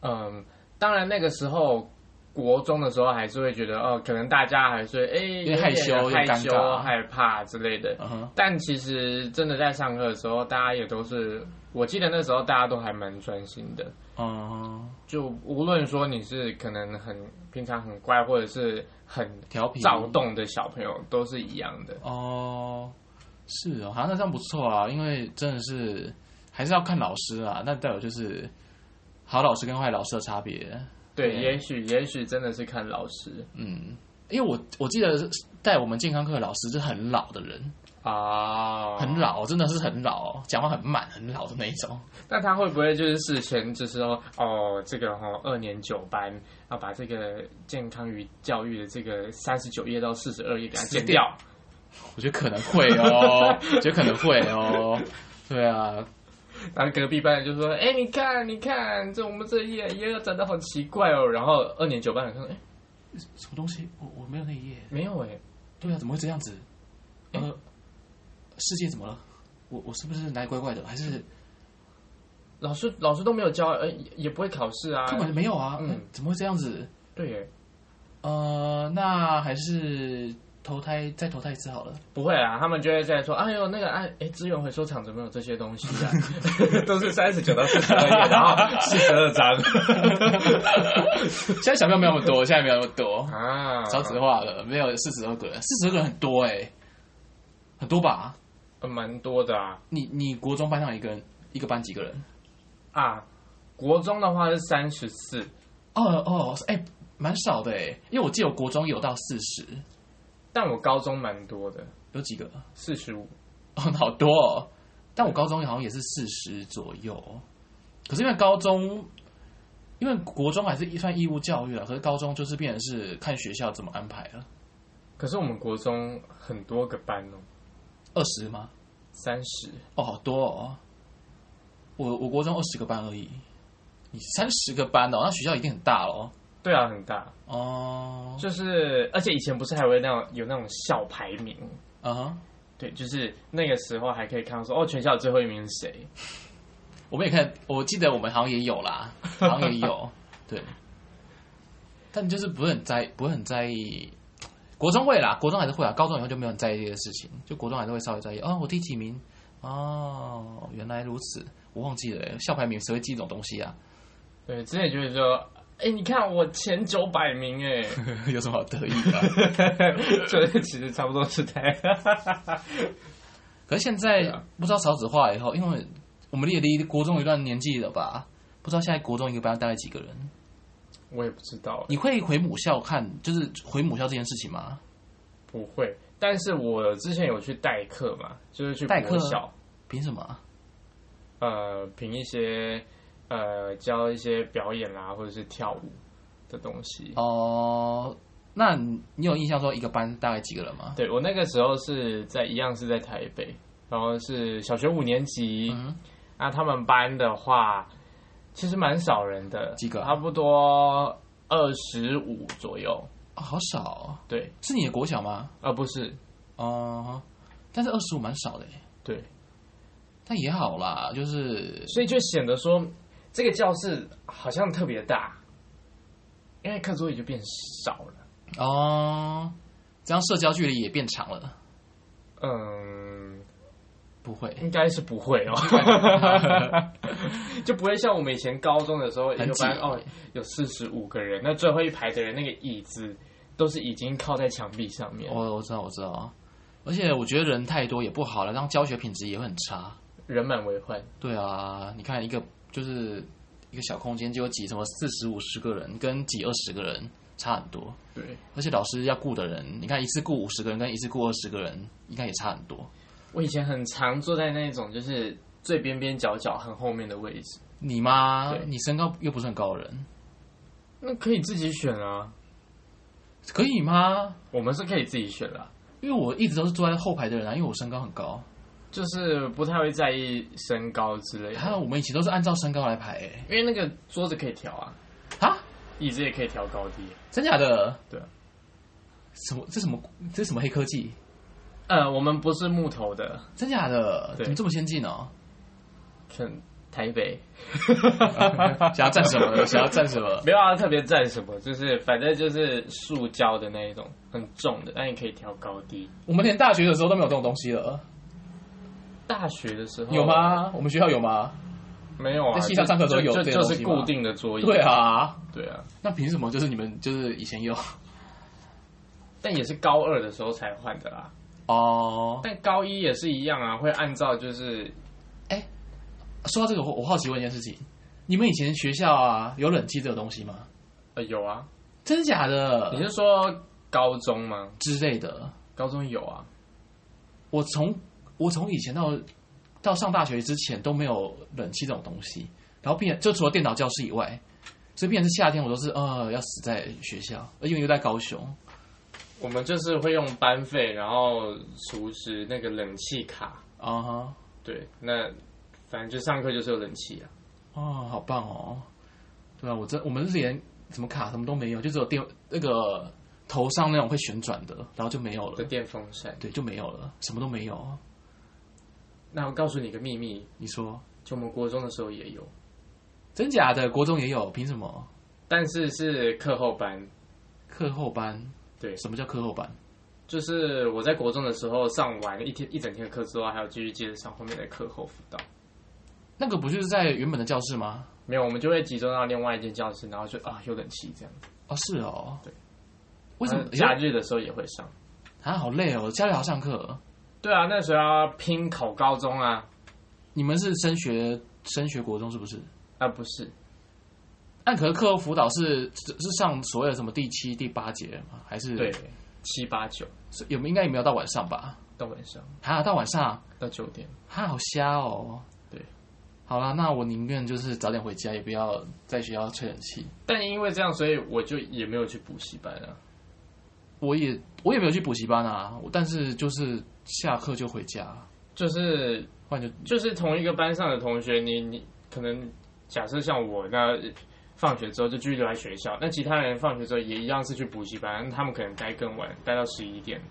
嗯，当然那个时候国中的时候还是会觉得哦，可能大家还是会哎点有点害羞有点害尴尬羞、害怕之类的。嗯哼，但其实真的在上课的时候，大家也都是，我记得那时候大家都还蛮专心的。嗯，就无论说你是可能很平常很乖，或者是很调皮躁动的小朋友，都是一样的。哦，是哦，好、像那这样不错啊，因为真的是还是要看老师啊。那代表就是好老师跟坏老师的差别。对，对也许也许真的是看老师嗯，因为我我记得带我们健康课的老师是很老的人，啊，很。老，真的是很老，讲话很慢，很老的那一种。那他会不会就是事前就是说，哦，这个哦二年九班要把这个健康与教育的这个三十九页到四十二页给它剪掉？我觉得可能会哦，我觉得可能会哦。对啊，然后隔壁班的就说，哎，你看你看，这我们这一页一页长得好奇怪哦。然后二年九班的看，哎，什么东西？我我没有那一页。没有哎，对啊，怎么会这样子？诶呃，世界怎么了？我我是不是哪里怪怪的？还是老师老师都没有教，呃，也也不会考试啊。根本就没有啊？嗯嗯，怎么会这样子？对耶，呃，那还是投胎再投胎一次 [laughs] 好了。不会啊啦，他们就会在说，哎呦，那个哎哎，资源回收厂怎么有这些东西啊？ [laughs] 都是三十九到四十二页，然后四十二章现在小朋友没有那么多，现在没有那么多， [laughs] 啊，少子化了，没有四十二个人，四十二个人很多哎、很多吧？呃蛮多的啊你你国中班上一个人一个班几个人？啊。国中的话是三十四，哦哦，哎、蛮少的哎、因为我记得我国中有到四十，但我高中蛮多的，有几个？四十五。 [laughs] 哦，好多哦。但我高中好像也是四十左右，可是因为高中，因为国中还是算义务教育啊了，可是高中就是变成是看学校怎么安排了。可是我们国中很多个班哦，二十吗？三十哦，好多哦！我我国中二十个班而已，你三十个班哦，那学校一定很大咯。对啊，很大。哦，就是而且以前不是还会那种有那种校排名，嗯哼，对，就是那个时候还可以看到说哦，全校最后一名是谁。 [laughs] 我们也看，我记得我们好像也有啦，好像也有。对，但就是不是很在不会很在意。国中会啦，国中还是会啊，高中以后就没有很在意这些事情，就国中还是会稍微在意。哦，我第几名？哦，原来如此，我忘记了欸，校排名谁会记这种东西啊？对，之前就是说，哎、你看我前九百名哎， [laughs] [laughs] 有什么好得意的啊、就是其实差不多是这样。 [laughs] [laughs] 可是现在对啊不知道少子化以后，因为我们也离国中一段年纪了吧？不知道现在国中一个班大概几个人？我也不知道，你会回母校看，就是回母校这件事情吗？不会。但是我之前有去代课嘛，就是去代课国小，凭什么啊？呃，凭一些呃教一些表演啦，或者是跳舞的东西。哦、那你你有印象说一个班大概几个人吗？对我那个时候是在一样是在台北，然后是小学五年级，嗯，那他们班的话，其实蛮少人的，几个啊差不多二十五左右。哦好少、哦，对，是你的国小吗？呃，不是，哦、但是二十五蛮少的耶，对，但也好啦，就是所以就显得说这个教室好像特别大，因为课桌椅就变少了。哦，这样社交距离也变长了，嗯，不会，应该是不会哦， [laughs] 就不会像我们以前高中的时候，一很个挤班哦有四十五个人，那最后一排的人那个椅子都是已经靠在墙壁上面，哦我我知道我知道，而且我觉得人太多也不好了，让教学品质也会很差。人满为患。对啊，你看一个就是一个小空间就挤什么四十五十个人，跟挤二十个人差很多。对，而且老师要顾的人，你看一次顾五十个人跟一次顾二十个人，应该也差很多。我以前很常坐在那种就是最边边角角很后面的位置，你妈，对你身高又不是很高的人，那可以自己选啊，可以吗？我们是可以自己选啦、因为我一直都是坐在后排的人啊，因为我身高很高。就是不太会在意身高之类还有的，我们以前都是按照身高来排、欸，因为那个桌子可以调啊，啊，椅子也可以调高低。真假的？对啊，什么？这什么？这什么黑科技？呃，我们不是木头的，真假的？对怎么这么先进 [laughs] 哦？看台北，想要占什么？想要占什么？没有啊，特别占什么，就是反正就是塑胶的那一种，很重的，但也可以调高低。我们连大学的时候都没有这种东西了，大学的时候有？吗？我们学校有吗？没有啊，在系上上课的时候就有就这就种是东西吗固定的桌椅。对，啊，对啊，那凭什么就是你们就是以前有？但也是高二的时候才换的啦。哦，但高一也是一样啊，会按照就是说到这个，我我好奇问一件事情，你们以前学校啊有冷气这个东西吗？呃有啊，真假的？你是说高中吗？之类的？高中有啊，我从我从以前到到上大学之前都没有冷气这种东西，然后变就除了电脑教室以外，所以变成是夏天我都是呃要死在学校，而且又在高雄。我们就是会用班费，然后厨师那个冷气卡，啊哈，对，那反正就上课就是有冷气啊。哦，好棒哦！对啊，我真我们是连什么卡什么都没有，就只有电那个头上那种会旋转的，然后就没有的了，电风扇。对，就没有了，什么都没有。那我告诉你个秘密，你说就我们国中的时候也有，真假的？国中也有，凭什么？但是是课后班。课后班？对什么叫课后班？就是我在国中的时候上完一天一整天的课之后，还有继续接着上后面的课后辅导。那个不就是在原本的教室吗？没有，我们就会集中到另外一间教室，然后就啊有冷气这样。哦，是哦。对。为什么呃？假日的时候也会上？啊，好累哦，假日还要上课。对啊，那时候要拼考高中啊你们是升学升学国中是不是？啊不是，按可是课后辅导是是是上所谓的什么第七、第八节吗？还是对，七八九是有没应该也没有到晚上吧？到晚上啊，到晚上，到九点。他好瞎哦。对，好啦，那我宁愿就是早点回家，也不要在学校吹冷气。但因为这样，所以我就也没有去补习班啊。我也我也没有去补习班啊，我但是就是下课就回家，就是不然就就是同一个班上的同学，你你可能假设像我，那放学之后就继续留在学校，那其他人放学之后也一样是去补习班，他们可能待更晚，待到十一点，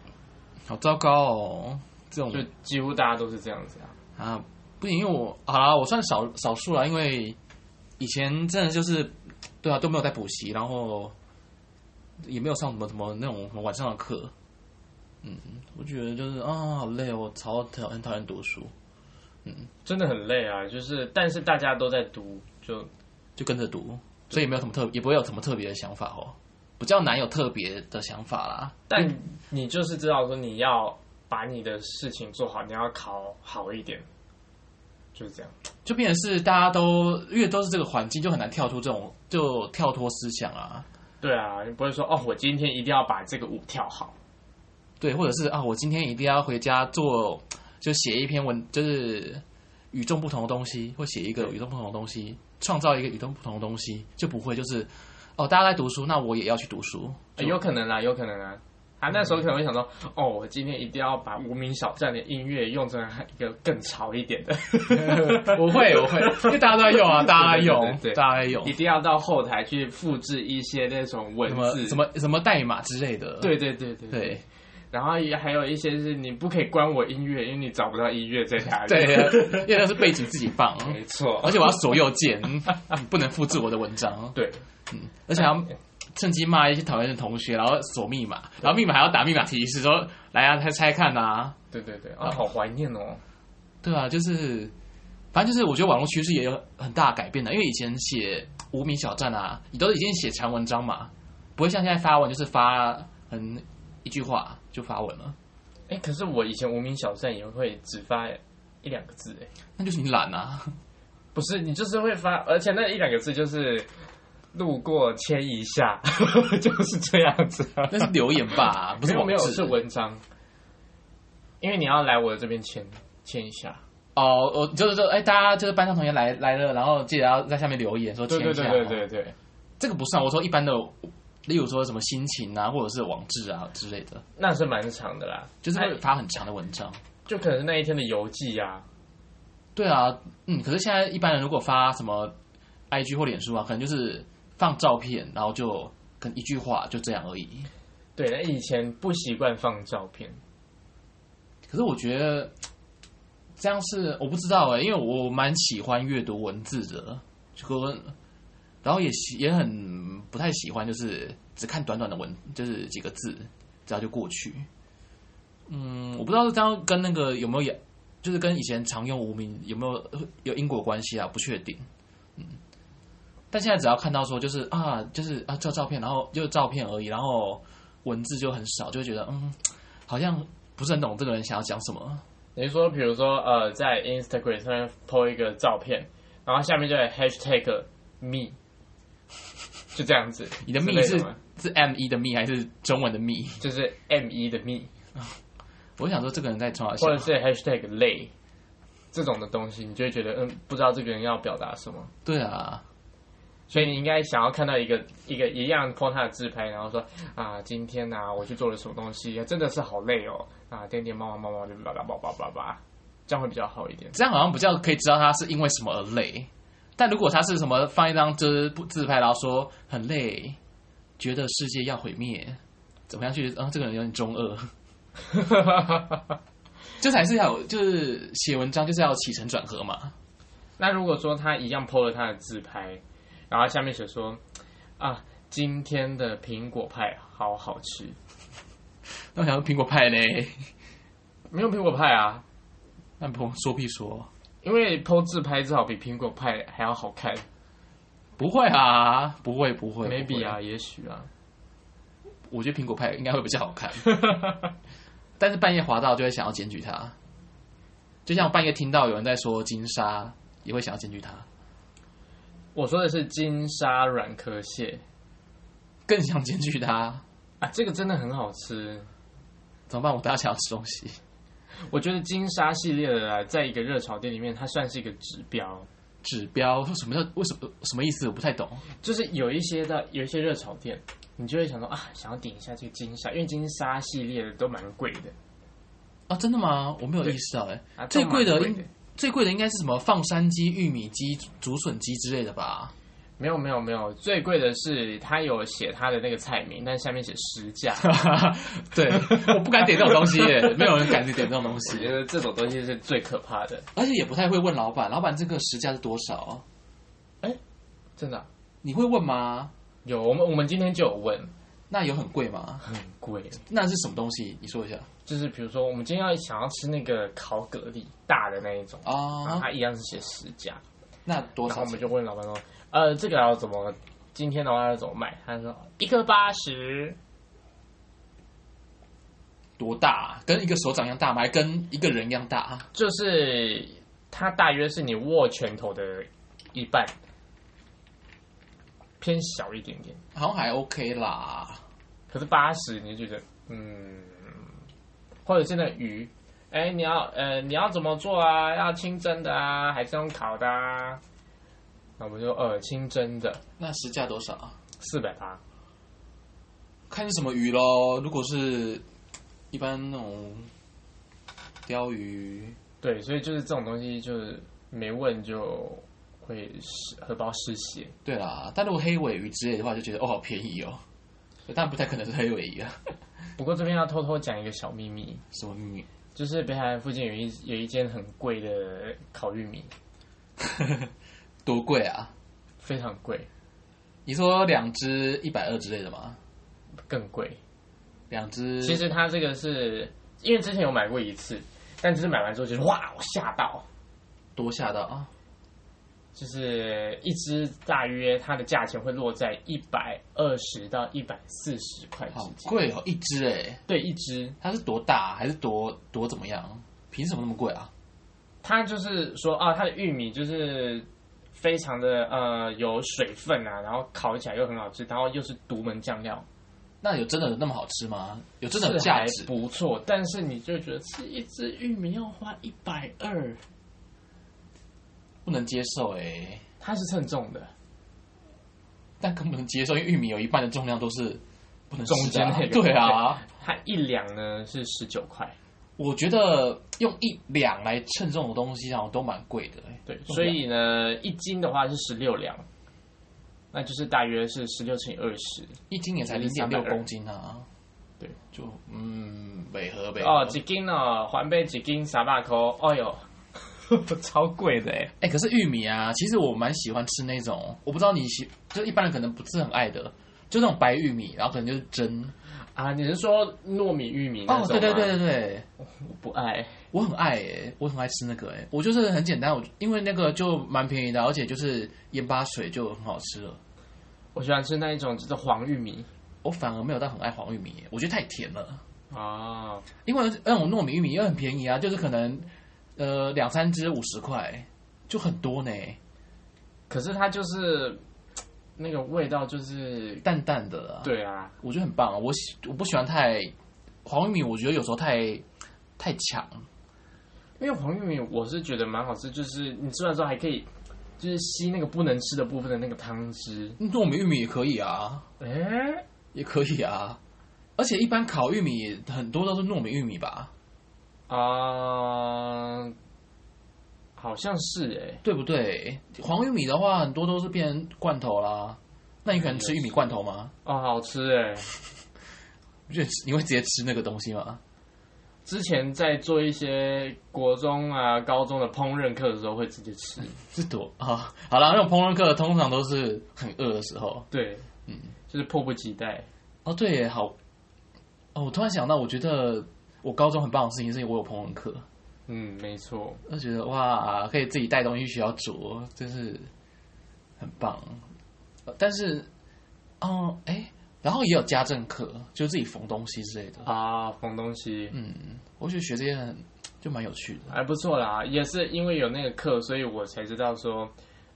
好糟糕哦。这种就几乎大家都是这样子啊。啊，不行，因为我好啦，我算少少数啦，因为以前真的就是，对啊，都没有在补习，然后也没有上什么什么那种晚上的课。嗯，我觉得就是啊，好累哦，我超讨很讨厌读书，真的很累啊。就是，但是大家都在读，就就跟着读，所以也没有什么特，也不会有什么特别的想法哦，比较难有特别的想法啦。但你就是知道说你要把你的事情做好，你要考好一点，就是这样。就变成是大家都因为都是这个环境，就很难跳出这种就跳脱思想啊，对啊，你不会说哦，我今天一定要把这个舞跳好。对，或者是啊，我今天一定要回家做，就写一篇文，就是与众不同的东西，或写一个与众不同的东西，创造一个与众不同的东西，就不会就是哦，大家在读书，那我也要去读书，欸有可能啦，有可能啊。啊，那时候可能会想说，哦，我今天一定要把无名小站的音乐用成一个更潮一点的，我会，我 [laughs] 会，因为大家都在用啊，大家在用，对对对大家在用一定要到后台去复制一些那种文什么字，什么什么代码之类的，对对对对。对然后也还有一些是你不可以关我音乐，因为你找不到音乐在哪里。对，， [laughs] 啊因为那是背景自己放，没错而。且我要左右键，嗯 [laughs] 不能复制我的文章，对，而且还要趁机骂一些讨厌的同学，然后锁密码，然后密码还要打密码提示说来啊，猜猜看啊，对对对，啊，好怀念哦。对啊，就是反正就是我觉得网络趋势也有很大的改变的，因为以前写无名小站啊，你都已经写长文章嘛，不会像现在发文就是发很一句话就发文了，哎，可是我以前无名小站也会只发一两个字，哎，那就是你懒 [laughs] 啊，不是，你就是会发，而且那一两个字就是路过切一下， [laughs] 就是这样子。啊那是留言 [laughs] 吧，不是没有网没有志是文章，因为你要来我这边签签一下，哦，我就是说，哎，大家就是班上同学来来了，然后记得要在下面留言说对签对一下对啊，对对对，这个不算，哦我说一般的，例如说什么心情啊，或者是网志啊之类的，那是蛮长的啦，就是哎会发很长的文章。就可能是那一天的游记啊，对啊，嗯，可是现在一般人如果发什么 IG 或脸书啊，可能就是放照片，然后就跟一句话就这样而已。对，那以前不习惯放照片，可是我觉得这样是我不知道哎、因为我蛮喜欢阅读文字的，就跟然后也喜也很不太喜欢，就是只看短短的文，就是几个字，这样就过去。嗯，我不知道是这样跟那个有没有也，就是跟以前常用无名有没有有因果关系啊？不确定。嗯，但现在只要看到说就是啊，就是啊，照照片，然后就是照片而已，然后文字就很少，就会觉得嗯，好像不是很懂这个人想要讲什么。你是说比如说呃在 Instagram 上面 po 一个照片，然后下面就有 hashtag me，就这样子，你的之密类是吗是 M E 一的密还是中文的密？就是 m 一的 me，我想说这个人在冲啊笑或者是 hashtag 累。这种的东西，你就会觉得，嗯，不知道这个人要表达什么。对啊，所以你应该想要看到一个一个一样 po 他的自拍，然后说啊，今天呐、我去做了什么东西，真的是好累哦，啊，点点猫猫猫猫就叭叭叭叭叭叭，这样会比较好一点。 [laughs] 这样好像比较可以知道他是因为什么而累。但如果他是什么放一张就是不自拍，然后说很累，觉得世界要毁灭，怎么样去？啊，这个人有点中二，就是还是要有就是写文章就是要起承转合嘛。那如果说他一样 po 了他的自拍，然后下面写说啊，今天的苹果派好好吃，那我想说苹果派嘞，没有苹果派啊，那不说屁说，因为 po 自拍至少比苹果派还要好看不会啊，不会不会不会，maybe 啊，也许 [laughs] 啊，我觉得苹果派应该会比较好看，但是半夜滑到就会想要检举他，就像半夜听到有人在说金沙，也会想要检举他，我说的是金沙软壳蟹更想检举他，啊，这个真的很好吃。怎么办？我等下想要吃东西，我觉得金沙系列的啊，在一个热炒店里面，它算是一个指标。指标说什么叫为什么什么意思？我不太懂。就是有一些的有一些热炒店，你就会想说啊，想要点一下这个金沙，因为金沙系列的都蛮贵的啊，真的吗？我没有意识到哎、啊，最都蛮贵的贵应最贵的应该是什么放山鸡、玉米鸡、竹笋鸡之类的吧？没有没有没有，最贵的是它有写它的那个菜名，但下面写实价。对，我不敢点这种东西、欸，没有人敢去点这种东 [laughs] 我西觉，得这种东西是最可怕的，而且也不太会问老板，老板这个实价是多少？真的啊、你会问吗？有我们我们今天就有问，那有很贵吗？很贵。那是什么东西？你说一下就是比如说，我们今天要想要吃那个烤蛤蜊，大的那一种，然后啊？它一样是写十价，那多然后少我们钱？就问老板说，呃，这个要怎么，今天的话要怎么卖？他说哦一颗八十，多大？跟一个手掌一样大吗？还跟一个人一样大？就是它大约是你握拳头的一半，偏小一点点。好像还 OK 啦。可是八十你就觉得，嗯，或者现在鱼，哎、你要呃你要怎么做啊？要清蒸的啊，还是用烤的啊？那我们就呃清蒸的那实价多少？四百八，看是什么鱼喽。如果是一般那种鲷鱼，对，所以就是这种东西就是没问就会失荷包失血。对啦。但如果黑尾鱼之类的话，就觉得哦，好便宜哦。但不太可能是黑尾鱼啊。不过这边要偷偷讲一个小秘密，什么秘密？就是北海岸附近有一有一间很贵的烤玉米，多贵啊？非常贵，你说两只一百二之类的吗？更贵。两只其实它这个是因为之前有买过一次，但只是买完之后就是哇，我吓到，多吓到啊！就是一只大约它的价钱会落在一百二十到一百四十块之好间。贵哦，一只哎、对，一只它是多大、还是多多怎么样？凭什么那么贵啊？它就是说啊，它的玉米就是非常的呃有水分啊，然后烤起来又很好吃，然后又是独门酱料，那有真的那么好吃吗？有真的有是价还值？不错。但是你就觉得吃一只玉米要花一百二，不能接受哎、它是称重的，但更不能接受，因为玉米有一半的重量都是不能吃的啊、中间那个对啊，它一两呢是十九块。我觉得用一两来称这种东西，好像都蛮贵的、欸。对，所以呢，一斤的话是十六两，那就是大约是十六乘以二十。一斤也才零就是点六320公斤啊。对，就嗯，北河北河哦，几斤哦，环贝几斤傻大扣，哎呦， [laughs] 超贵的哎。哎、可是玉米啊，其实我蛮喜欢吃那种，我不知道你喜，就一般人可能不是很爱的，就那种白玉米，然后可能就是蒸。啊，你是说糯米玉米那种哦，吗对对对，对对，我不爱。我很爱诶、我很爱吃那个诶、我就是很简单，我因为那个就蛮便宜的，而且就是盐巴水就很好吃了。我喜欢吃那一种就是黄玉米我反而没有到很爱黄玉米耶、我觉得太甜了。哦，因为那种糯米玉米又很便宜啊，就是可能呃两三只五十块，就很多呢，可是它就是那个味道就是，淡淡的啊。对啊，我觉得很棒啊！我喜我不喜欢太黄玉米，我觉得有时候太太强，因为黄玉米我是觉得蛮好吃，就是你吃完之后还可以就是吸那个不能吃的部分的那个汤汁，糯米玉米也可以啊，哎、也可以啊。而且一般烤玉米很多都是糯米玉米吧，啊、好像是哎、对不对？黄玉米的话，很多都是变成罐头啦。那你可能吃玉米罐头吗？哦，好吃哎、你觉得你会直接吃那个东西吗？之前在做一些国中啊、高中的烹饪课的时候，会直接吃。是多啊，好了，那种烹饪课通常都是很饿的时候。对，嗯，就是迫不及待。哦，对耶，好。哦，我突然想到，我觉得我高中很棒的事情是我有烹饪课。嗯，没错。就觉得哇，可以自己带东西去学校煮，真是很棒。呃但是，哦，哎，然后也有家政课，就自己缝东西之类的。啊，缝东西嗯嗯，我觉得学这些很就蛮有趣的。还不错啦，也是因为有那个课，所以我才知道说，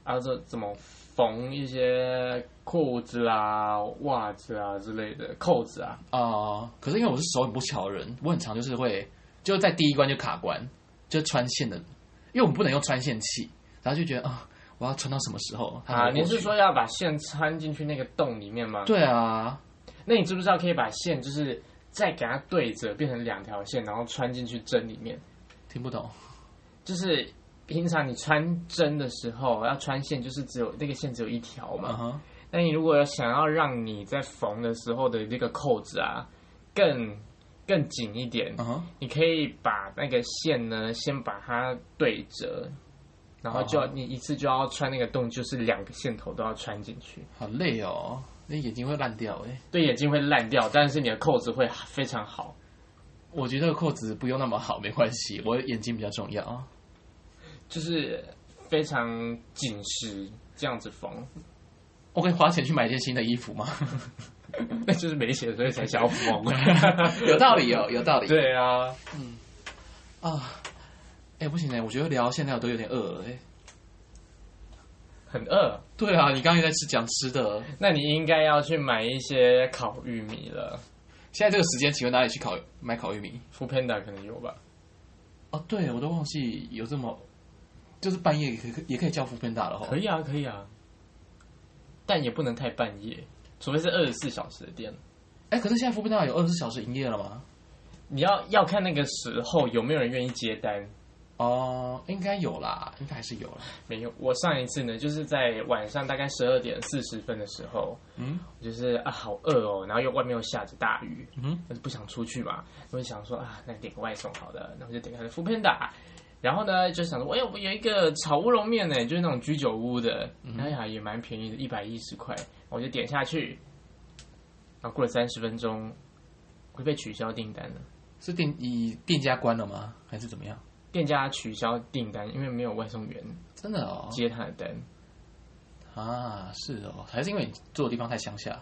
啊，这怎么缝一些裤子啦、袜子啊之类的扣子啊。啊、可是因为我是手很不巧的人，我很常就是会就在第一关就卡关，就是穿线的，因为我们不能用穿线器，然后就觉得啊、我要穿到什么时候？它才啊，会你过是去说要把线穿进去那个洞里面吗？对啊？那你知不知道可以把线就是再给它对折，变成两条线，然后穿进去针里面？听不懂就是平常你穿针的时候要穿线，就是只有那个线只有一条嗯嘛。哼，那你如果要想要让你在缝的时候的那个扣子啊更更紧一点，嗯哼，你可以把那个线呢先把它对折。然后就要、哦你一次就要穿那个洞，就是两个线头都要穿进去。好累哦。那眼睛会烂掉哎、对眼睛会烂掉，但是你的扣子会非常好。我觉得扣子不用那么好，没关系，我眼睛比较重要。就是非常紧实这样子缝，我可以花钱去买一件新的衣服吗？ [laughs] 那 [laughs] 就是没钱所以才想要缝。嗯有道理哦，有道理。 [laughs] 对啊，啊，哎、不行哎、我觉得聊现在我都有点饿了哎、很饿，对啊，你刚才在吃讲吃的，那你应该要去买一些烤玉米了。现在这个时间，请问哪里去烤买烤玉米？ f o o Panda 可能有吧？哦，对，我都忘记有这么，就是半夜也可以也可以叫副片大了哈可。以啊，可以啊，但也不能太半夜，除非是二十四小时的店。哎、可是现在副片大有二十四小时营业了吗？你要要看那个时候有没有人愿意接单。哦，应该有啦，应该还是有啦。没有，我上一次呢，就是在晚上大概十二点四十分的时候，嗯我就是啊好饿哦，然后又外面又下着大雨，嗯，但是不想出去嘛，我就想说啊，那点个外送好了，然后就点开了 f o o Panda，然后呢就想说，哎、我有一个炒乌龙面呢，就是那种居酒屋的，哎呀也蛮便宜的，一百一十块，我就点下去，然后过了三十分钟，会被取消订单了，是店以店家关了吗？还是怎么样？店家取消订单，因为没有外送员真的哦，接他的单，啊，是哦，还是因为你住的地方太乡下，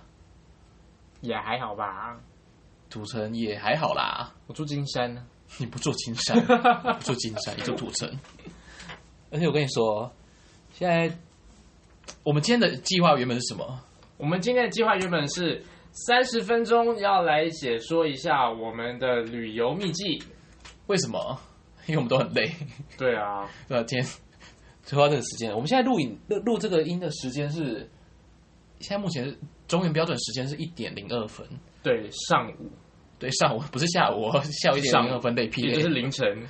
也还好吧，土城也还好啦。我住金山啊呢。你不做金 [laughs] 山，你不做金山，你做土城。而且我跟你说，现在我们今天的计划原本是什么？我们今天的计划原本是三十分钟要来解说一下我们的旅游秘籍。为什么？ [laughs] 因为我们都很累， [laughs] 对啊，对吧？今天主要这个时间，我们现在录影录录这个音的时间是，现在目前中原标准时间是一点零二分，对，上午对，上午不是下午哦，下午一点零二分累屁也嘞，就是凌晨，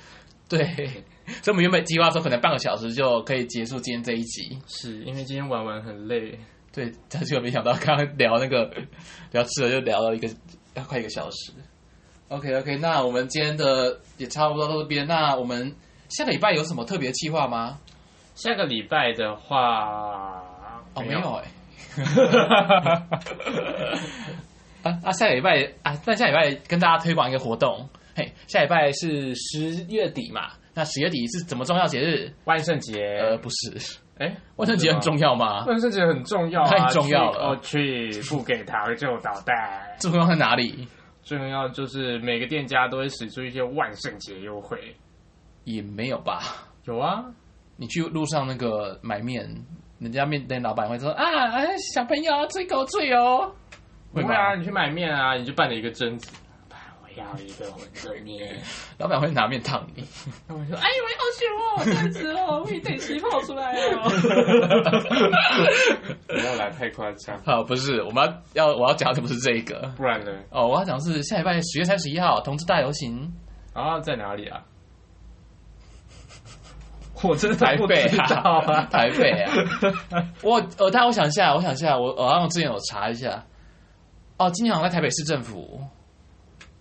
对。 [laughs] 所以我们原本计划说可能半个小时就可以结束今天这一集，是因为今天玩完很累，对，但是我没想到刚刚聊那个聊吃的就聊了一个要快一个小时。OK OK，那我们今天的也差不多到这边，那我们下个礼拜有什么特别计划吗？下个礼拜的话，哦，没有哎、啊啊，下个礼拜啊，那下礼拜跟大家推广一个活动，嘿，下礼拜是十月底嘛，那十月底是怎么重要节日？ [laughs] 万圣节，呃，不是，哎、万圣节很重要吗？万圣节很重要、啊，太重要了我去不给糖就捣蛋。重要在哪里？最重要就是每个店家都会使出一些万圣节优惠。也没有吧。有啊，你去路上那个买面，人家面店老板会说啊，哎，小朋友追狗追哦，不会会吗啊，你去买面啊，你就扮了一个贞子。爸我要一个馄饨面。老板会拿面烫你。他们说：“ [laughs] 哎，我好想哦，贞子哦，我一对气泡出来 [laughs] 哦。”不要来太夸张，啊，不是，我们要要我要讲的不是这个不然呢？哦，我要讲的是下礼拜十月三十一号同志大游行，啊，在哪里啊？ [laughs] 我真的台不北知道啊，啊，台北啊。 [laughs] 我呃，但我想一下，我想一下，我我呃好像之前有查一下，哦，今年好像在台北市政府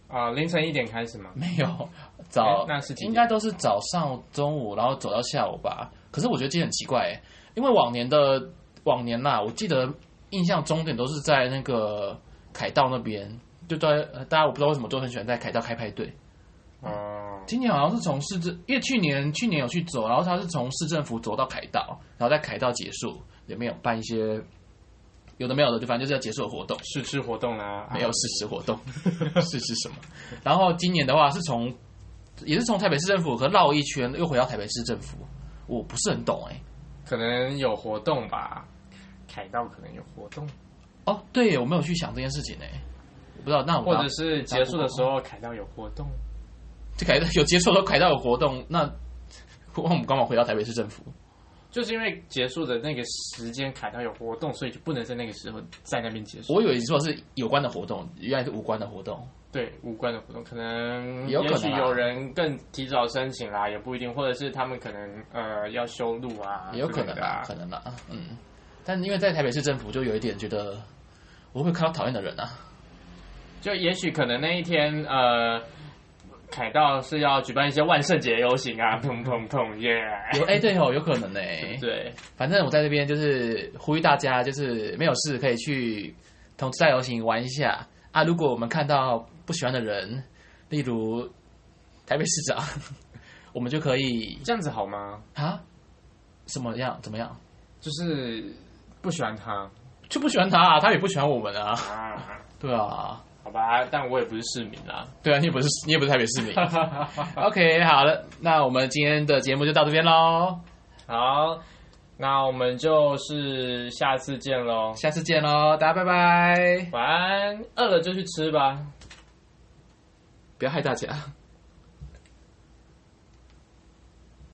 啊，凌晨一点开始吗？没 [laughs] 有早哎，那是几点应该都是早上、中午，然后走到下午吧。可是我觉得今天很奇怪欸，因为往年的往年啦，我记得印象终点都是在那个凯道那边，就在呃大家我不知道为什么都很喜欢在凯道开派对。哦，今年好像是从市政，因为去年去年有去走，然后他是从市政府走到凯道，然后在凯道结束，里面有办一些有的没有的，就反正就是要结束的活动。试吃活动啦，没有试吃活动， [laughs] 试吃什么？然后今年的话是从，也是从台北市政府和绕一圈，又回到台北市政府。我不是很懂哎、可能有活动吧。凯道可能有活动，哦，对，我没有去想这件事情哎、我不知道。那我或当者是结束的时候凯道有活动，就凯有接触到凯道有活动，那我们刚好回到台北市政府。就是因为结束的那个时间凯道有活动，所以就不能在那个时候在那边结束。我以为你说的是有关的活动，原来是无关的活动。对无关的活动，可能嗯有可能也啊许有人更提早申请啦，也不一定，或者是他们可能呃要修路啊，也有可能的啦，可能啦，嗯。但因为在台北市政府，就有一点觉得我会不会看到讨厌的人 [laughs] 啊。就也许可能那一天呃，凯道是要举办一些万圣节游行 [laughs] 啊，砰砰砰耶！有哎、对哦，有可能哎、对，反正我在这边就是呼吁大家，就是没有事可以去同志大游行玩一下啊。如果我们看到不喜欢的人，例如台北市长， [laughs] 我们就可以这样子好吗？啊，什么样怎么样，就是不喜欢他就不喜欢他、啊，他也不喜欢我们啊。啊，对啊，好吧， [laughs] 但我也不是市民 [laughs] 啦。对啊，你也不是你也不是台北 [laughs] 市民。OK，好了，那我们今天的节目就到这边喽，好，那我们就是下次见喽，下次见喽，大家拜拜，晚安，饿了就去吃吧。不要害大家。